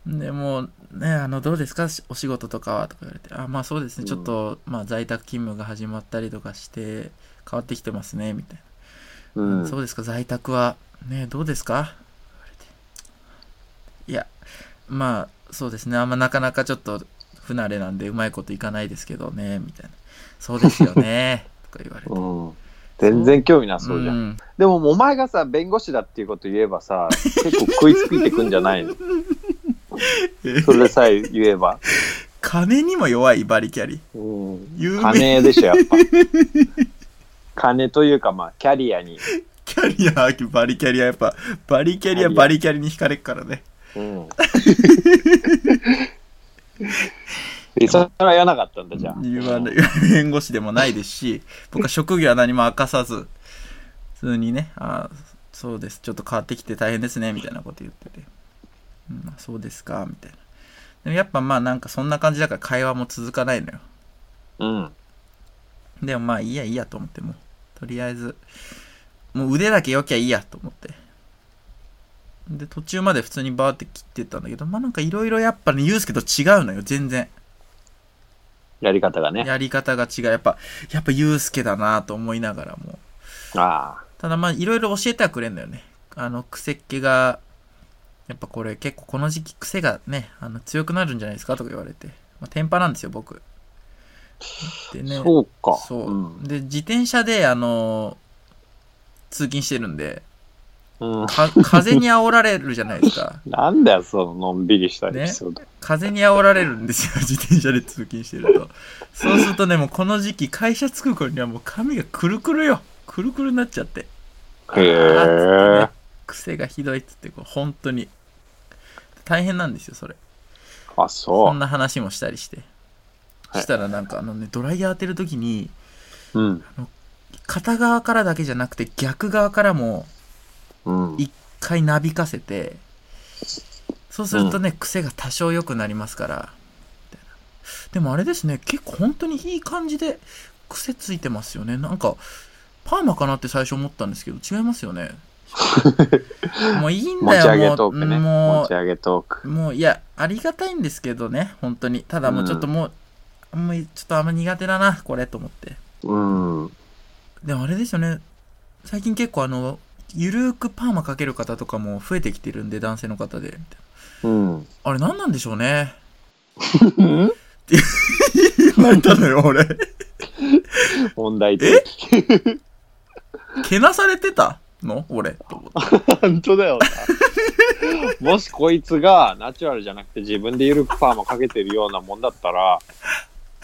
C: でもうね、あの、どうですかしお仕事とかはとか言われて、あ、まあそうですね、
B: うん
C: ちょっと、まあ在宅勤務が始まったりとかして、変わってきてますね、みたいな。
B: うん。
C: そうですか、在宅は、ね、どうですか言われていや、まあそうですね、あんまなかなかちょっと不慣れなんで、うまいこといかないですけどね、みたいな。そうですよ ね、とか言われて。
B: うん。全然興味なそうじゃん。
C: ん。
B: でも、お前がさ、弁護士だっていうこと言えばさ、結構食いついてくんじゃないのそれさえ言えば。
C: 金にも弱い、バリキャリ。
B: うん。
C: 有名
B: 金でしょ、やっぱ。金というか、まあ、キャリアに。
C: キャリア、バリキャリア、やっぱ、バリキャリア、バリキャリに惹かれっからね。
B: うん。えそれは言わなかったんだ、じゃあ。
C: 言わない 弁護士でもないですし、僕は職業は何も明かさず、普通にね、あそうです、ちょっと変わってきて大変ですね、みたいなこと言ってて。うん、まあそうですか、みたいな。でもやっぱまあなんかそんな感じだから会話も続かないのよ。
B: うん。
C: でもまあいいやいいやと思って、もうとりあえず、もう腕だけ良きゃいいやと思って。で、途中まで普通にバーって切ってったんだけど、まあなんかいろいろやっぱね、ユースケと違うのよ、全然。
B: やり方がね。
C: やり方が違う。やっぱ、やっぱユースケだなと思いながらも。
B: あ
C: ただまあいろいろ教えてはくれんだよね。あの、癖っ気が、やっぱこれ結構この時期癖がね、あの強くなるんじゃないですかとか言われて。まあ、テンパなんですよ、僕。で
B: あ、
C: ね。
B: そうか。
C: そう、
B: ん。
C: で、自転車で、あの通勤してるんで、
B: うん
C: か風に煽られるじゃないです か。
B: なんだよ、そののんびりしたエピソード。
C: 風に煽られるんですよ、自転車で通勤してると。そうするとね、もうこの時期、会社着く頃にはもう髪がくるくるよ。くるくるになっちゃって。
B: へ
C: あーっつっ
B: え
C: てね。癖がひどいっつって、こう本当に。大変なんですよ、それ。
B: あ、
C: そ
B: そ
C: んな話もしたりして。
B: はい
C: したらなんかあのね、ドライヤー当てるときに、
B: う。うん。
C: 片側からだけじゃなくて逆側からも
B: うん。
C: 一回なびかせてそうするとね、癖が多少良くなりますからみたいなでもあれですね結構本当にいい感じで癖ついてますよねなんかパーマかなって最初思ったんですけど違います よねもういいん
B: 持
C: だ
B: ち上げ
C: よも
B: ト
C: う
B: ークね。持
C: も
B: ち上げトーク
C: う。もういやありがたいんですけどね本当にただもうちょっともう、あんまりちょっとあんま苦手だなこれと思って
B: うん。
C: でもあれですよね最近結構あのゆるーくパーマかける方とかも増えてきてるんで男性の方でみたいな
B: うん。
C: あれ何なんでしょうね 泣いたのよ俺
B: 問題点。
C: けなされてたの俺と思って
B: 本当だよな。 もしこいつがナチュラルじゃなくて自分でゆるくパーマかけてるようなもんだったら、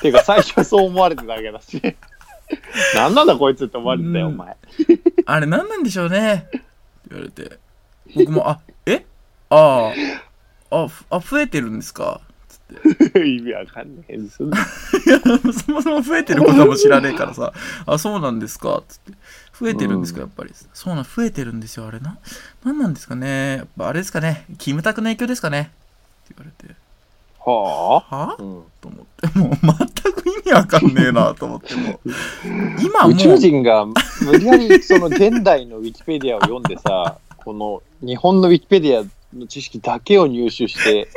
B: てか最初はそう思われてたわけだし。 なんなんだこいつって思われてたよ、
C: う
B: お
C: ん
B: 前。
C: あれ何なんでしょうねって言われて僕もあえあああふあ増えてるんですかつって
B: 意味わかんねえです。
C: いや そもそも増えてることも知らねえからさ「あそうなんですか」っつって「増えてるんですか
B: う
C: やっぱり」そうなん増えてるんですよあれな何なんですかねやっぱあれですかねキムタクの影響ですかねって言われて
B: は
C: は
B: あ、うん、
C: と思ってもう全く意味わかんねえなと思ってもう今も
B: 宇宙
C: う
B: 人が無理やりその現代のウィキペディアを読んで さ、この日本のウィキペディアの知識だけを入手して、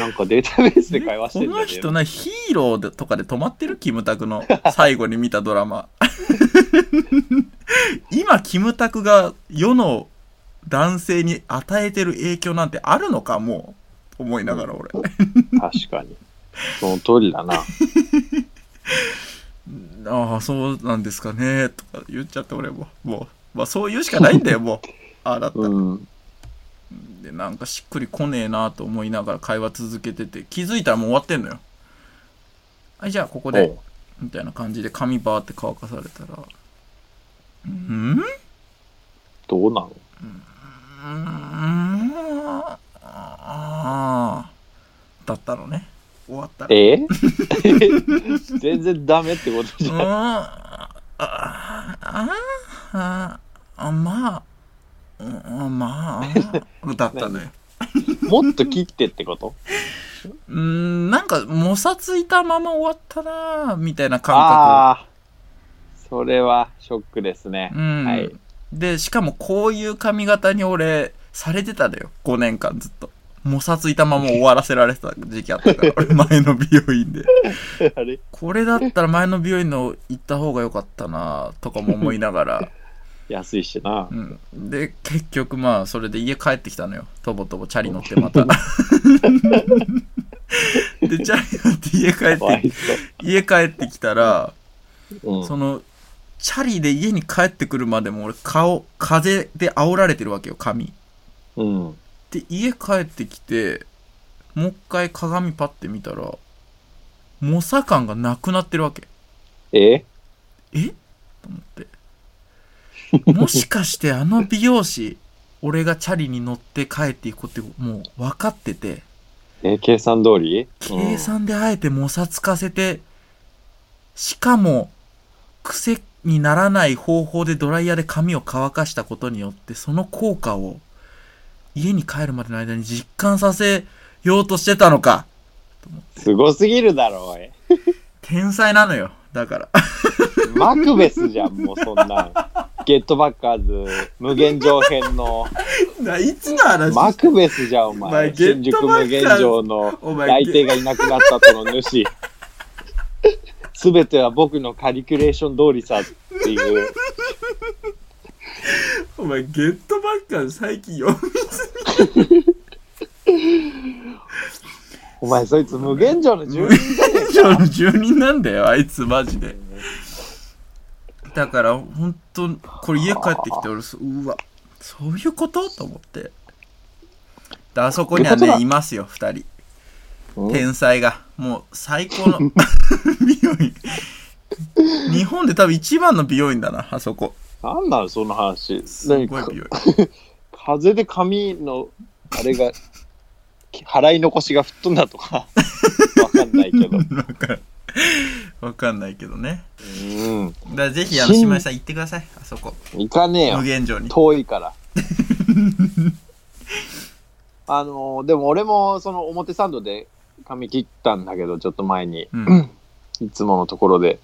B: なんかデータベースで会話し
C: こ
B: てんだ
C: の
B: よね
C: 人なヒーローとかで止まってるキムタクの最後に見たドラマ 今キムタクが世の男性に与えてる影響なんてあるのかもうと思いながら俺
B: 確かに。その通りだな。
C: ああそうなんですかねとか言っちゃって俺ももう、まあ、そう言うしかないんだよもうああだったら、
B: うん。
C: でなんかしっくりこねえなと思いながら会話続けてて気づいたらもう終わってんのよはいじゃあここで
B: おう
C: みたいな感じで髪バーって乾かされたら「うん
B: ど うなの
C: うんああ」だったのね終わったら
B: え 全然ダメってことじ
C: う
B: ゃ
C: ん
B: ん。
C: ああああまあうん、まあ、だったね。
B: もっと切ってってこと
C: うん、なんか、もさついたまま終わったな、みたいな感覚。
B: ああー、それはショックですね。
C: うん、
B: はい
C: で、しかもこういう髪型に俺、されてたのよ。5年間ずっと。もさついたまま終わらせられてた時期あったから、俺前の美容院 で。
B: あれ
C: これだったら前の美容院の行った方が良かったなとかも思いながら。
B: 安いし な
C: う。ん、で、結局まあ、それで家帰ってきたのよ。とぼとぼチャリ乗って また。で、チャリ乗って家帰っ
B: かわ
C: て、
B: いそ
C: 家帰ってきたら、
B: う。うん
C: そのチャリで家に帰ってくるまでも俺顔風で煽られてるわけよ髪
B: うん。
C: で家帰ってきてもう一回鏡パッて見たら猛者感がなくなってるわけ
B: え
C: えと思 ってもしかしてあの美容師俺がチャリに乗って帰っていくこともう分かってて
B: え計算通り
C: 計算であえてもさつかせて、しかも、癖にならない方法でドライヤーで髪を乾かしたことによって、その効果を家に帰るまでの間に実感させようとしてたのか。
B: うんすごすぎるだろ、おい。
C: 天才なのよ。だ から。
B: マクベスじゃん、もうそん なん。ゲットバッカーズ無限上編の
C: いつの話
B: マクベスじゃんお
C: お前
B: 前
C: ゲ
B: 新
C: ッ
B: 宿
C: トバ
B: 無
C: ッ
B: 限
C: カーズ
B: 上の
C: お前
B: 内定がいなくなったとの 主すべては僕のカリキュレーション通りさっていう
C: お前ゲットばっか最近読み
B: お前そいつ無限上の住人じゃねえ
C: 以 上の住人なんだよ、あいつマジで。だから、本当これ家帰ってきて、俺、そうわ、そういうことと思って。であそこには
B: ということ
C: ね、
B: だ
C: いますよ、二人。
B: うん
C: 天才が。もう、最高の 美容院。日本で多分一番の美容院だな、あそこ。
B: なんなのその話
C: すごい
B: 何
C: 美
B: か
C: 容院。
B: 風で髪のあれが き払い残しが吹っ飛んだとかわかんないけ ど
C: わかんないわかんないけどね。
B: うん
C: だからぜひ、あの、
B: 新
C: 島井さん行ってください、あそこ。
B: 行かねえよ
C: 無限城に。
B: 遠いから。 あのーでも俺もその表参道で髪切ったんだけど、ちょっと前に、
C: うん。うん。
B: いつものところで、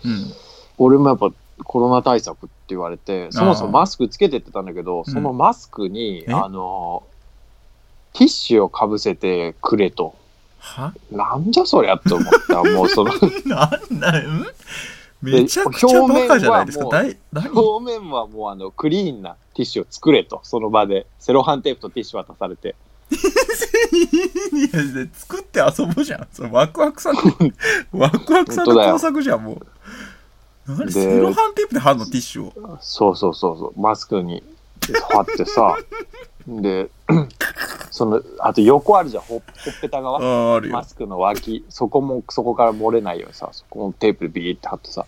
B: 俺もやっぱコロナ対策って言われて、そもそもマスクつけてってたんだけど、
C: ー
B: そのマスクに、
C: うんえ
B: あのーティッシュをかぶせてくれと。
C: は
B: なんじゃそりゃって思った。もうその
C: なんだよんめちゃくちゃバカじゃないですか。
B: 表
C: だい何
B: 表面はもうあのクリーンなティッシュを作れと、その場で。セロハンテープとティッシュ渡されて。
C: いやいや作って遊ぼうじゃん。それワクワク さん、ワクワクさんの工作じゃん、もう。何
B: で
C: セロハンテープで貼るのティッシュを。
B: そうそうそうそう、マスクに貼ってさ、で、 その、あと横あるじゃん、ほほっぺた
C: あ
B: 側、
C: あ、ある
B: マ
C: よ。
B: スクの脇、そこも、そこから漏れないようにさ、そこもテープでビーって貼ってさ、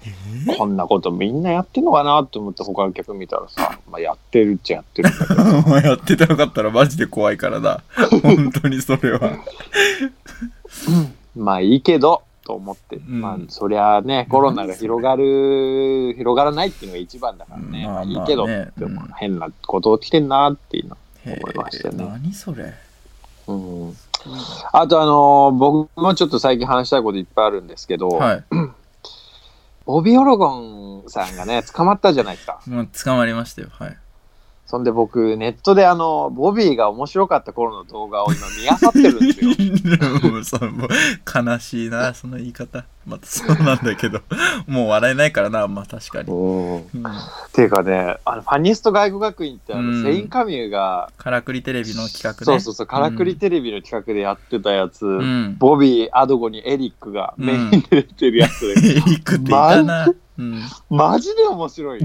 B: こんなことみんなやってんのかなと思って、他の客見たらさ、まあ、やってるっちゃやってる んだけど、
C: お前 やってなかったらマジで怖いからな。本当にそれは。
B: まあいいけど、と思って、
C: ん
B: まあそりゃね、コロナが広がる、広がらないっていうのが一番だからね、
C: まあまあね
B: いいけど、でも
C: うん
B: 変なこと起きてんなっていうの。
C: へ
B: 思いました
C: え、
B: ね
C: 何それ。
B: うんあとあのー僕もちょっと最近話したいこといっぱいあるんですけど、
C: は
B: ボビオロゴンさんがね、捕まったじゃないですか。
C: い。もう捕まりましたよ。はい。。
B: そんで僕、ネットであの、ボビーが面白かった頃の動画を今見漁ってるんですよ
C: もうそのもう悲しいな、その言い方。またそうなんだけど、もう笑えないからな、まあ確かに。
B: うん
C: うん
B: っていうかね、あのファニスト外国学院ってあの、
C: うん
B: セインカミューが、
C: カラクリテレビの企画ね。
B: そうそうそう、からくりテレビの企画でやってたやつ、
C: うん。
B: ボビー、アドゴにエリックがメインで出てるやつで、
C: エリックっていたな。うん、
B: マジで面白い。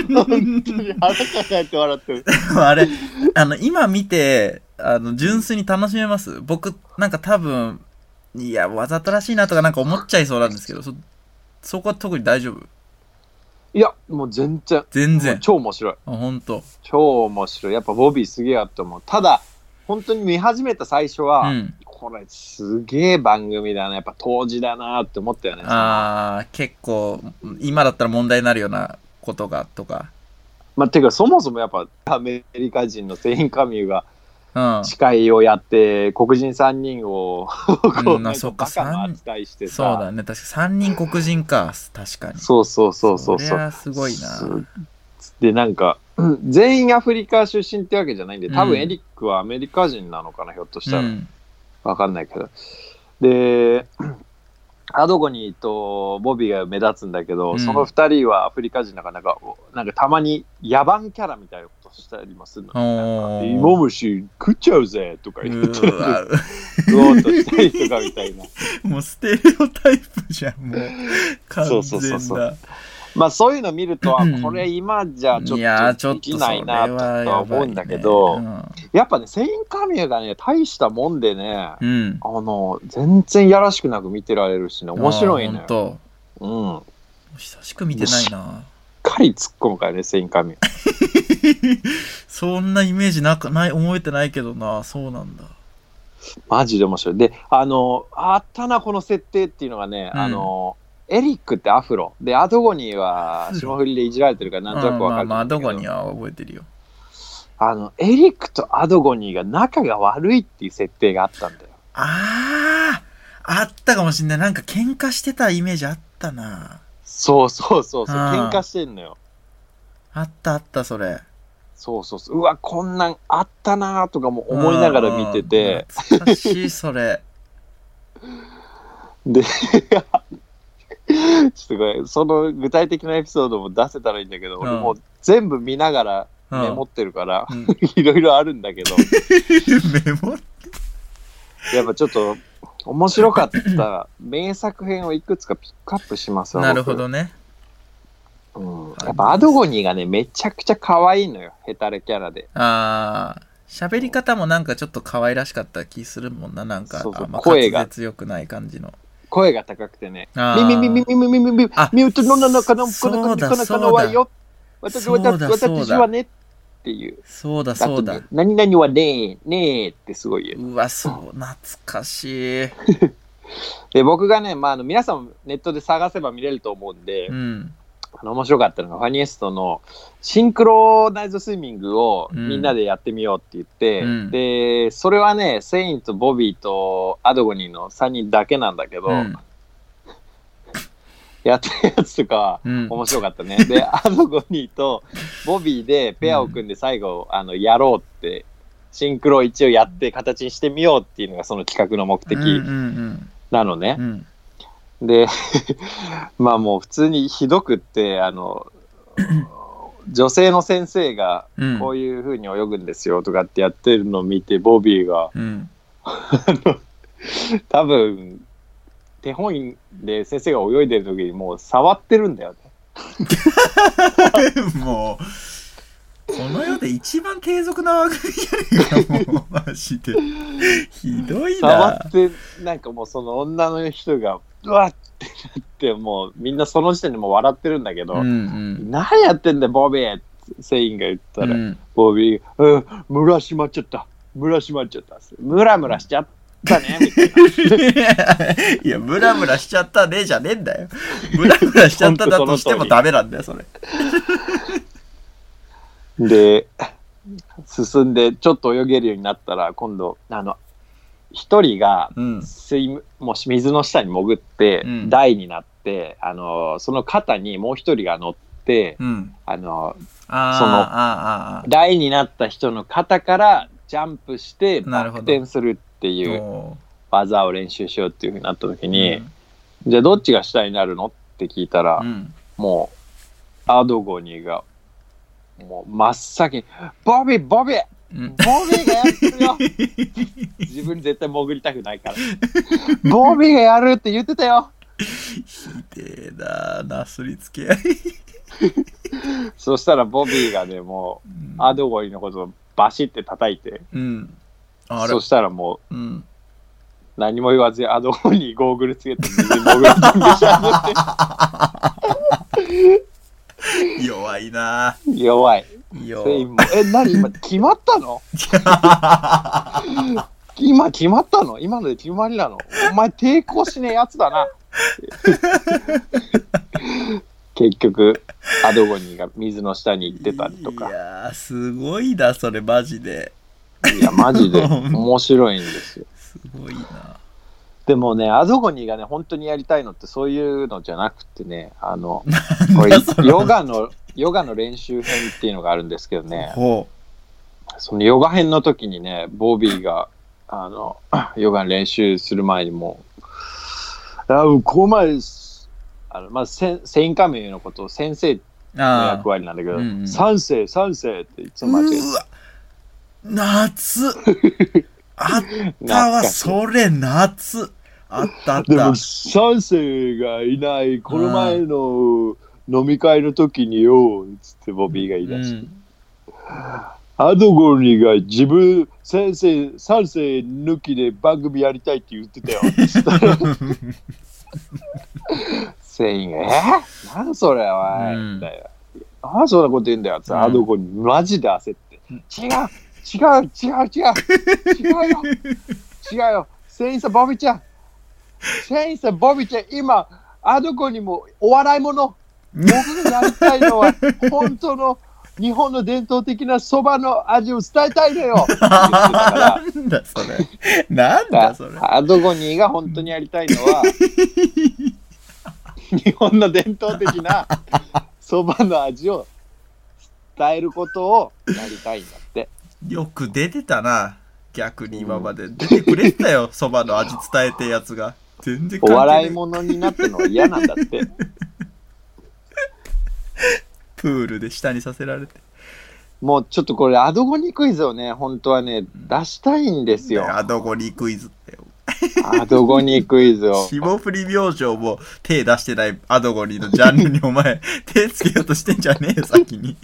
B: 本当に腹抱えて笑ってる。
C: あれ、あの、今見て、あの、純粋に楽しめます。僕、なんか多分、いや、わざとらしいなとかなんか思っちゃいそうなんですけど、そ、そこは特に大丈夫。
B: いや、もう全然。
C: 全然。
B: 超面白い。
C: あ、ほんと。
B: 超面白い。やっぱボビーすげえやって思う。ただ、本当に見始めた最初
C: う
B: は、
C: ん。
B: これすげえ番組だな、やっぱ当時だなって思ったよね。
C: あー、結構、今だったら問題になるようなことが、とか。
B: そまあ、ていうか、そもそもやっぱアメリカ人のセイン・カミューが
C: うん。
B: 司会をやって、黒人3人を、こう、
C: ま
B: な
C: あ
B: ん
C: そ
B: か
C: っか
B: バカな扱いして
C: そう
B: さ、
C: だね。確か3人黒人か。確かに。
B: そうそうそうそう
C: そ
B: そ
C: れ
B: う。
C: はすごいな。
B: で、なんか、うん全員アフリカ出身ってわけじゃないんで、多
C: うん
B: 分エリックはアメリカ人なのかな、ひょっとした
C: う
B: ら。
C: ん。
B: わかんないけど。で、アドゴニーとボビーが目立つんだけど、
C: うん
B: その二人はアフリカ人だからなんか、なんかたまに野蛮キャラみたいなことしたりもするの。
C: おー
B: 芋虫食っちゃうぜとか言って、
C: うわ
B: 食おうとしたりとかみたい な。
C: もうステレオタイプじゃん、もう。完全だ。
B: そうそうそうそうまあそういうの見ると、あ
C: うん
B: これ今じゃち
C: いやーち
B: ょ
C: ょ
B: っ
C: っ
B: と
C: と
B: できないなとは思うんだけ
C: そ
B: ど、
C: れはやばいね
B: やっぱね、セインカミューがね、大したもんでね、あ
C: うん。うん
B: の、全然やらしくなく見てられるしね、面白い
C: あー
B: ね
C: ほん。と
B: うん。
C: 久しく見てないな。
B: しっかり突っ込むからね、セインカミュー。
C: そんなイメージなくない、思えてないけどな。そうなんだ。
B: マジで面白い。で、あの、あったな、この設定っていうのがね、
C: うん
B: あの、エリックってアフロ。で、アドゴニーは
C: アフロ
B: 霜降りでいじられてるから、なんとなくわか
C: まあ
B: る
C: まあ、
B: と
C: ど
B: 思
C: こ
B: うんだけ
C: に
B: ど
C: は覚えてるよ。
B: あの、エリックとアドゴニーが仲が悪いっていう設定があったんだよ。
C: ああ、あったかもしんない。なんか喧嘩してたイメージあったな。
B: そうそうそうそう、
C: あー
B: 喧嘩してんのよ。
C: あったあった、それ。
B: そうそうそう。うわ、こんなんあったなとかも思いながら見てて、
C: うん。懐かしい、それ。
B: で、 ちょっとこれ、その具体的なエピソードも出せたらいいんだけど、俺もう全部見ながら
C: う ん
B: メモってるから、
C: うん
B: いろいろあるんだけど、
C: メモ
B: やっぱちょっと面白かった名作編をいくつかピックアップしますわ
C: なるほ、どね。
B: 僕うん。やっぱアドゴニーがね、めちゃくちゃ可愛いのよ、ヘタレキャラで。
C: ああ、喋り方もなんかちょっと可愛らしかった気するもんな、なんか、
B: そうそう
C: あまあ
B: 声が
C: 滑舌よくない感じの。
B: 声が高くてね、
C: あ
B: ミ
C: ー
B: ミミミミミミミミ
C: あ
B: ミュートの中のこ
C: そう
B: のこの
C: だ
B: このこのはよ、私
C: そうだ
B: 私
C: そうだ
B: 私はねっていう。
C: そうだ、そう
B: あ
C: だ
B: とね。何々はねえ、ねえってすごい言う
C: うわ、そう、懐かしい。
B: で、僕がね、まあ、あの皆さんもネットで探せば見れると思うんで、
C: うん。
B: あの面白かったのが、ファニエストのシンクロナイズスイミングを
C: うん
B: みんなでやってみようって言って、
C: うん
B: で、それはね、セインとボビーとアドゴニーの3人だけなんだけど、
C: うん。
B: やったやつとか、
C: うん。
B: 面白かったね。 で、アドゴニーとボビーでペアを組んで最後、あの、やろうって、シンクロを一応やって形にしてみようっていうのがその企画の目
C: うんう
B: 的
C: ん
B: なのね。
C: うん。うん。
B: で、 まあもう普通にひどくって、あの、女性の先生が
C: うん。
B: こういう風に泳ぐんですよとかってやってるのを見て、ボビーが
C: うん。
B: 多分、手本で先生が泳いでる時にもう触ってるんだよね。
C: もう、この世で一番低俗な枠組みやねんか、もう、マジで。ひどい
B: 触
C: な
B: っ。て、なんかもうその女の人が、うわってなって、もうみんなその時点でもう笑ってるんだけど、
C: うんうん。
B: 何やってんだよ、ボビーってセインが言ったら、
C: うん
B: ボビー、うん、ムラしまっちゃった。ムラしまっちゃった。ムラムラしちゃったね、みたいな。
C: いや、ムラムラしちゃったねじゃねえんだよ。ムラムラしちゃっただとしてもダメなんだよ、それ。
B: で、進んで、ちょっと泳げるようになったら、今度、あの、一人が
C: うん。
B: 水、もう水の下に潜って
C: うん、
B: 台になって、あの、その肩にもう一人が乗って、
C: うん。
B: あの、
C: あー
B: その
C: あー、あーあ
B: 台になった人の肩からジャンプして、
C: なる
B: バ
C: ほ
B: ク
C: ど
B: 転するって
C: ー、
B: いう
C: お
B: 技を練習しようっていうふうになった時
C: ー
B: に、じゃあどっちが下になるのって聞いたら
C: う、ん。
B: もう、アドゴニーが、もう真っ先に、ボビー、ボビー、
C: うん。
B: ボビーがやるよ 自分絶対潜りたくないから。ボビーがやるって言ってたよ
C: ひでえな、なすりつけ合い。
B: そしたらボビーがね、もう、アドゴニーのことをバシって叩いて、
C: うん。あれ
B: そ、したらも
C: うん。
B: う何も言わずにアドゴニーゴーグルつけて水に潜る準備し始め
C: 弱いな。
B: て、弱い。
C: 弱
B: セイ
C: い。
B: ンも、え、何今決まったの今決まったの今ので決まりなのお前抵抗しねえやつだな。結局、アドゴニーが水の下に行ってたりとか
C: い。やーすごいなそれマジで
B: いや、マジで面白いんですよ。
C: すごいな
B: でもね、アドゴニーがね、本当にやりたいのってそういうのじゃなくてね、あの、これ
C: なんだそれ
B: ヨガの、ヨガの練習編っていうのがあるんですけどね、
C: ほ
B: そのヨガ編の時にね、ボビーが、あの、ヨガの練習する前にもう、あ、こう前、あの、まあ、せんセインカメユのことを先生の
C: うあ
B: 役
C: あ
B: 割なんだけど、
C: うんうん
B: 三世、三世っていつ
C: う
B: も間違えて
C: わ 夏あった
B: 懐
C: わ
B: かしい
C: それ夏あったあっ
B: で
C: た
B: も、三世がいない、この前の飲み会の時によ、つってボビーが言い出して、
C: うん
B: アドゴニーが自分、先生、三世抜きで番組やりたいって言ってたよ。全員が、えーなんそれ、おい、
C: うん
B: みたいな。なんでそんなこと言うんだよ、つって、
C: うん
B: アドゴニー、マジで焦って。違う、違う、違う、違う、違うよ、違うよ、セインサボビちゃん、セインサボビちゃん、今、アドゴニーもお笑いもの、僕がやりたいの は、本当の日本の伝統的なそばの味を伝えたいのよ。って言ってたから
C: なんだそれなんだそれ
B: アドゴニーが本当にやりたいの は日本の伝統的なそばの味を伝えることをやりたいんだって
C: よく出てたな逆に今まで出てくれてたよそばの味伝えてやつが全然
B: お
C: 関係な
B: 笑いものになってるのは嫌なんだって
C: プールで下にさせられて
B: もうちょっとこれアドゴニークイズをね本当はね出したいんですよ
C: あどこにクイズって
B: アドゴニークイズ を
C: 霜降り明星も手出してないアドゴニーのジャンルに お前手つけようとしてんじゃねえよ先に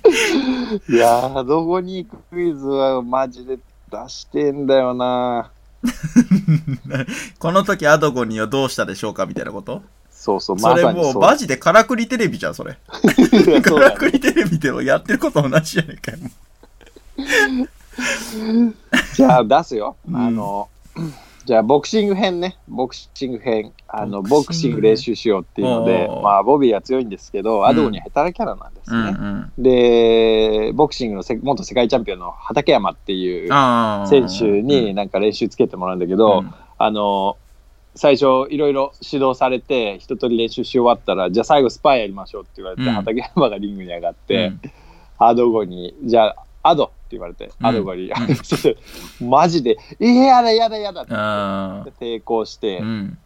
B: いやーアドゴニークイズはマジで出してんだよな
C: この時アドゴニーはどうしたでしょうかみたいなこと
B: そうそう
C: そ
B: ま
C: れ
B: さに
C: もう
B: そう
C: マジでからくりテレビじゃんそれか
B: そうだ
C: ら
B: ね
C: くりテレビでもやってること同じじゃねえかよもう
B: じゃあ出すよ。
C: うん
B: あの、じゃあボクシング編ね。ボクシング編。あの、ボ
C: ボ
B: ク
C: ク
B: シ
C: シ
B: ン
C: ン
B: グ
C: グ
B: 練習しようっていうので
C: お、ー
B: まあ、ボビーは強いんですけど、アドゴニーは下手なキャラなんです
C: うんう
B: ね。
C: ん
B: で、ボクシングのせ元世界チャンピオンの畠山っていう
C: ああ
B: 選手になんか練習つけてもらうんだけど、あの、最初いろいろ指導されて一通り練習し終わったらじゃあ最後スパイやりましょうって言われて、
C: うん
B: 畠山がリングに上がって、アドゴに、じゃあ、アドって言われて、
C: うん
B: アドゴに、 ちょっとマジで、いややだやだやだって
C: あ
B: 抵抗して
C: あ、うん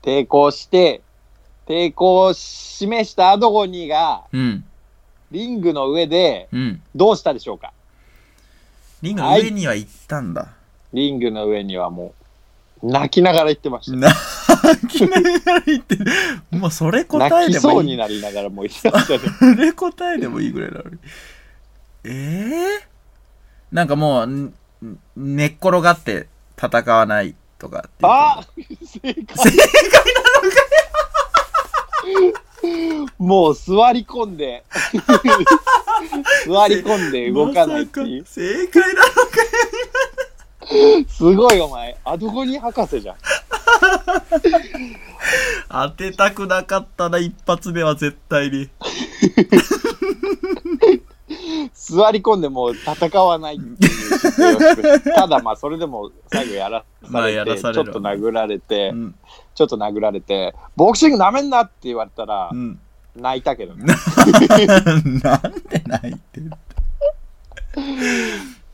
B: 抵抗して、抵抗を示したアドゴニーが、
C: うん
B: リングの上で、
C: うん
B: どうしたでしょうか
C: リングの上には行ったんだ
B: リングの上にはもう、泣きながら言ってました。
C: 泣きながら言ってるもうそれ答え
B: 泣き
C: で
B: そ
C: も
B: う
C: い
B: に
C: い
B: なりながらもう言ってましたね。
C: それ答えでもいいぐらいなのにええなんかもうんん寝っ転がって戦わないとかっていう
B: あ正解もう座り込んで、座り込んで動かないっていう
C: ま。さか正解なのか
B: すごいお前、アドゴニー博士じゃん。
C: 当てたくなかったな一発目は絶対に
B: 座り込んでもう戦わないっていう姿勢をしてただまあそれでも最後やら
C: ま
B: さ
C: あ
B: れ
C: や
B: て、
C: らされ
B: ちょ
C: る
B: っと殴られて、
C: うん
B: ちょっと殴られて、ボクシングなめんなって言われたら
C: う、ん
B: 泣いたけどね。
C: なんで泣いてんだ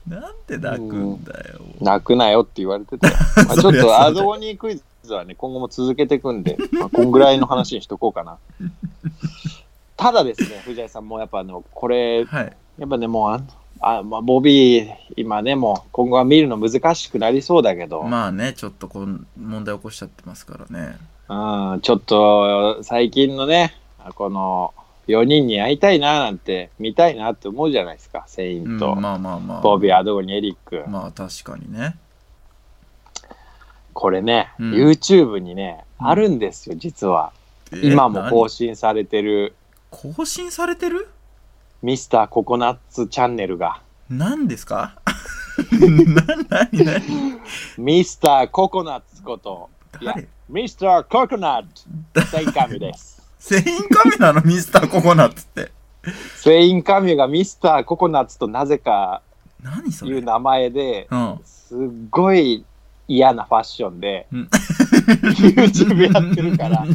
C: なんで泣くんだよ
B: 泣くなよって言われてた よ。まあ、ちょ
C: そ
B: っ
C: りゃそう
B: と
C: だ
B: アドゴニークイズはね、今後も続けていくんで、まあ、こんぐらいの話にしとこうかな。ただですね、藤井さん、もうやっぱあの、これ、
C: はい
B: やっぱね、もうあの、あまあ、ボビー、今ね、もう今後は見るの難しくなりそうだけど、
C: まあねちょっとこん問題起こしちゃってますからね
B: うん、ちょっと最近のね、この4人に会いたいななんて、見たいなって思うじゃないですか、セイ
C: うん
B: ンと、
C: まあまあまあ
B: ボビー、アドゴニー、エリック。
C: まあ確かにね
B: これね、
C: うん
B: YouTube にね、
C: うん
B: あるんですよ、実は。
C: えー
B: 今も更
C: 何
B: 新されてる、
C: 更新されてる
B: ミスターココナッツチャンネルが、
C: 何ですかな何何
B: ミスターココナッツこと、いや
C: 誰
B: ミスターココナッツ、セイカミです。
C: セインカメラのミスターココナッツって。
B: セインカミュがミスターココナッツとなぜか
C: 何そ
B: い
C: れ。う。
B: うん名前で、
C: あ
B: すっごい嫌なファッションで、
C: うん
B: YouTube やってる から、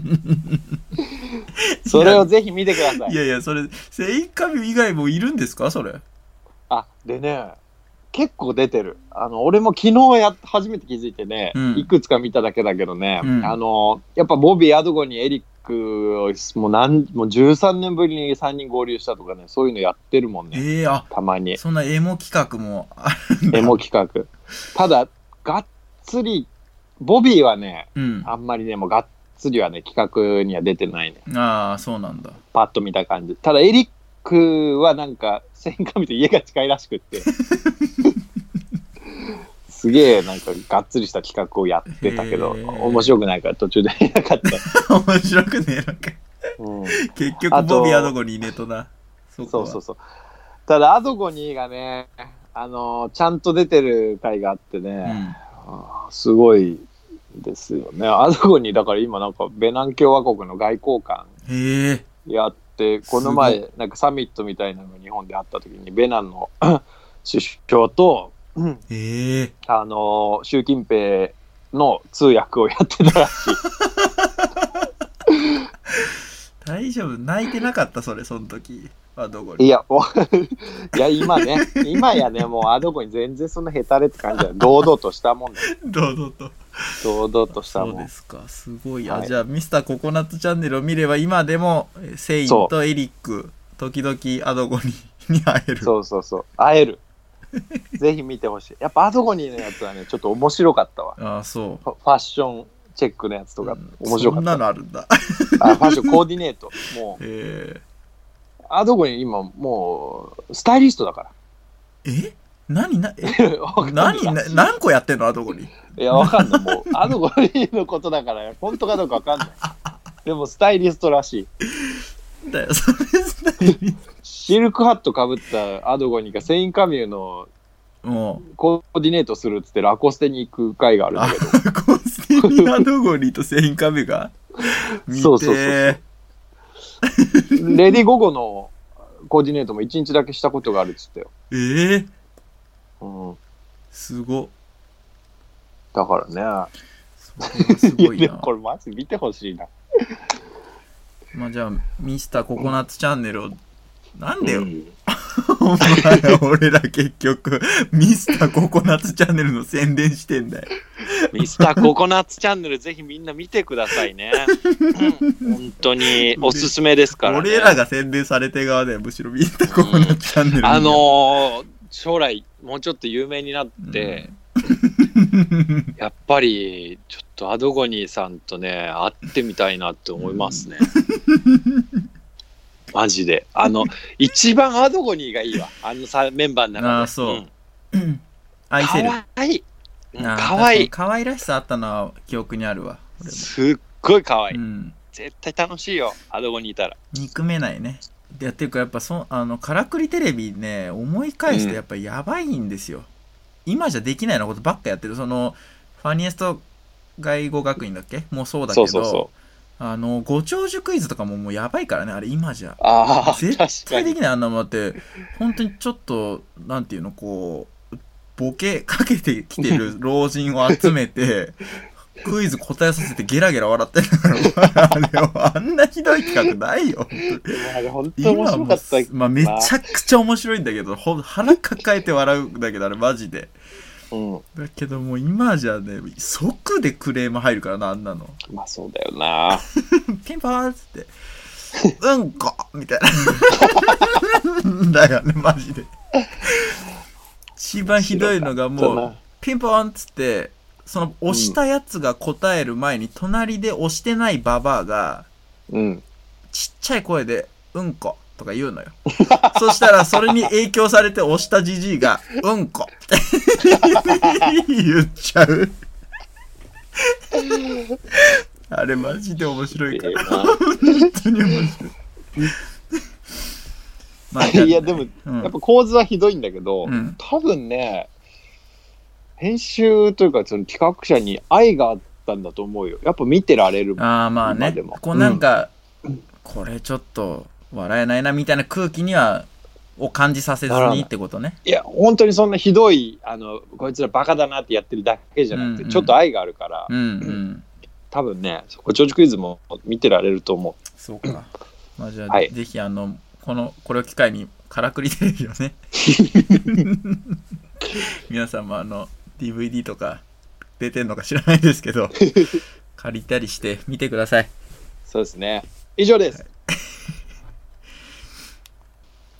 B: それをぜひ見てくださ
C: い
B: い。
C: やいや、それ、セインカミュ以外もいるんですかそれ。
B: あ、でね、結構出てる。あの、俺も昨日やっ、初めて気づいてね、
C: うん
B: いくつか見ただけだけどね、
C: うん
B: あの、やっぱボビー・アドゴにエリックを、もうなんもう13年ぶりに3人合流したとかね、そういうのやってるもんね、
C: ええあ、
B: たまに。
C: そんなエモ企画もあ
B: エモ企画。ただ、がっつり、ボビーはね、
C: うん。
B: あんまりね、もうがっつりはね、企画には出てないね。
C: ああ、そうなんだ。
B: パッと見た感じ。ただ、エリックはなんか、戦艦見て家が近いらしく って。すげえ、なんか、がっつりした企画をやってたけど、
C: へえ
B: 面白くないから途中でいなかった。
C: 面白くねえなんか。
B: うん、
C: 結
B: あ
C: 局、
B: と
C: ボビーはどこにいねえとな。そこ
B: そ
C: は
B: うそうそう。ただ、アドゴニーがね、あのちゃんと出てる回があってね、
C: うん。
B: あーすごいですよね。アドゴニー、だから今なんか、ベナン共和国の外交官
C: へえ。
B: やって、この
C: す
B: 前、なんかサミットみたいなのが日本であった時に、ベナンの 首相と、
C: へえ。
B: あのー習近平の通訳をやってたら しい。
C: 大丈夫。泣いてなかった、それ、その時。あ、どこ
B: い
C: に。
B: や、お いや今ね、今やね、もうあどこに全然そんなヘタレって感じだよ。堂々としたもんだよ。
C: どうぞと。
B: 堂々とした
C: そう
B: も
C: で
B: ん。
C: すか。すごい。あ、
B: はい
C: じゃあ、ミスターココナッツチャンネルを見れば、今でも、えーセインとエリック、時々、あどこに、に会える。
B: そうそうそう。会える。ぜひ見てほしい。やっぱあどこにのやつはね、ちょっと面白かったわ。
C: ああ、そう。
B: ファファッションチェックのやつとか、面白か
C: そ
B: っ
C: ん
B: た。
C: なのあるんだ。
B: あファッションコーディネート。もう
C: え
B: あどこに今もうスタイリストだか
C: ー、え何 な、え
B: ら。わかんない
C: 何な何個やってんのあどこに。
B: いやわかんないもうあどこにのことだから本当かどうかわかんない。でもスタイリストらしい。
C: だよ、それスタイリス
B: シルクハットかぶったアドゴニがセインカミューの
C: トも
B: コーディネートするっつってラコステに行く会があるんだけど、
C: う、コースティニアドゴリとセインカメが。見て
B: そうそうそうそうレディゴゴのコーディネートも一日だけしたことがあるっつったよ。
C: えー、
B: うん、
C: すご。
B: だからね。
C: それはす
B: いや
C: ごい
B: で
C: な
B: も。これマジ見てほしいな。
C: まあじゃあ、ミスターココナッツチャンネルを、なんで
B: う
C: よ、
B: ん
C: お前俺ら結局、ミスターココナッツチャンネルの宣伝してんだよ。
B: ミスターココナッツチャンネルぜひみんな見てください ね。うん本当におすすめですから、ね。
C: 俺らが宣伝されて側だよ、むしろミスターココナッツチャンネル。
B: あのー将来もうちょっと有名になって、やっぱりちょっとアドゴニーさんとね会ってみたいなって思います ね。マジであの一番アドゴニーがいいわあのさメンバーの中で。
C: あーそうんうん愛せる。
B: かわいい。うん
C: あー
B: かわいい。
C: 確かに可愛らしさあったのは記憶にあるわ。俺も
B: すっごいかわいい。
C: うん。
B: 絶対楽しいよアドゴニーいたら。
C: 憎めないね。いやっていうかやっぱそあのからくりテレビね思い返してやっぱやばいんですよ、今じゃできないようなことばっかやってるそのファニエスト外語学院だっけもうそうだけ
B: そ
C: ど
B: うそうそう。
C: あのご長寿クイズとかももうやばいからねあれ今じゃ
B: ああ、確
C: 絶
B: か
C: 対で
B: に。
C: きないあんなもんだって本当にちょっとなんていうのこうボケかけてき てる老人を集めてクイズ答えさせてゲラゲラ笑ってるから あれはあんなひどい企画ないよ
B: あれ本当
C: 今
B: 面
C: は
B: 白
C: も
B: かった。
C: う、まあ、めちゃくちゃ面白いんだけどほん腹抱えて笑うんだけどあれマジで
B: うん。
C: だけどもう今じゃね即でクレーム入るからなあんなの
B: まあそうだよな。
C: ピンポーンっつって、うんこみたい な。だよね、マジで。一番ひどいのがもう、ピンポーンっつって、その押したやつが答える前に、隣で押してないババアが、
B: うん。
C: ちっちゃい声で、うんことか言うのよ。そしたら、それに影響されて押したじじいが、うんこ って言っちゃう。あれマジで面白
B: え
C: い
B: え
C: から。
B: な
C: 本当に面白い。まあ、
B: いや、でも、
C: うん、
B: やっぱ構図はひどいんだけど、
C: うん
B: 多分ね、編集というか、その企画者に愛があったんだと思うよ。やっぱ見てられるもん。
C: ああ、まあ
B: まあ
C: ね
B: でも、
C: こうなんか、これちょっと笑えないなみたいな空気にはを感じさせず
B: ならない
C: にってことね
B: いや、本当にそんなひどい、あの、こいつらバカだなってやってるだけじゃなくて、
C: うんうん
B: ちょっと愛があるから、
C: うんうん
B: 多分ね、そこ、ジョージクイズも見てられると思
C: そうかまあじゃあ、
B: はい
C: ぜひあのこのこれを機会にからくりテレビを ね皆さんもあの DVD とか出てんのか知らないですけど借りたりして見てください、
B: う。そうですね。以上です。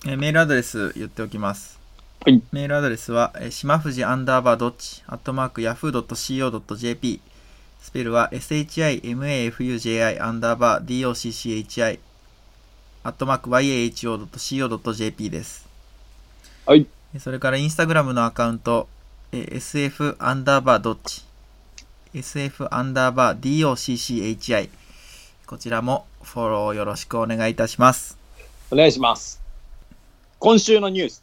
C: えーメールアドレス言っておきます
B: はい
C: メールアドレスは、えー、島藤アンダーバードッチ、アットマーク、ヤフー .co.jp。スペルは、shimafuji アンダーバー docchi、アットマーク、yaho.co.jp です。
B: はい。
C: えーそれから、インスタグラムのアカウント、えー sf アンダーバードッチ、sf アンダーバー docchi。こちらも、フォローよろしくお願いいたします。
B: お願いします。今週のニュース。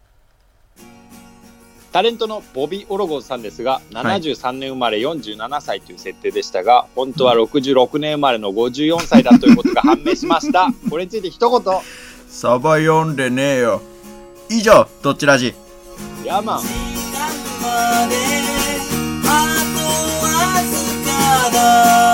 B: タレントのボビー・オロゴンさんですが、
C: はい
B: 73年生まれ47歳という設定でしたが、本当は66年生まれの54歳だということが判明しました。これについて一言、
C: サバ読んでねえよ。以上、どっちラジ。
B: ヤーマン。
D: 「あとわずかだ」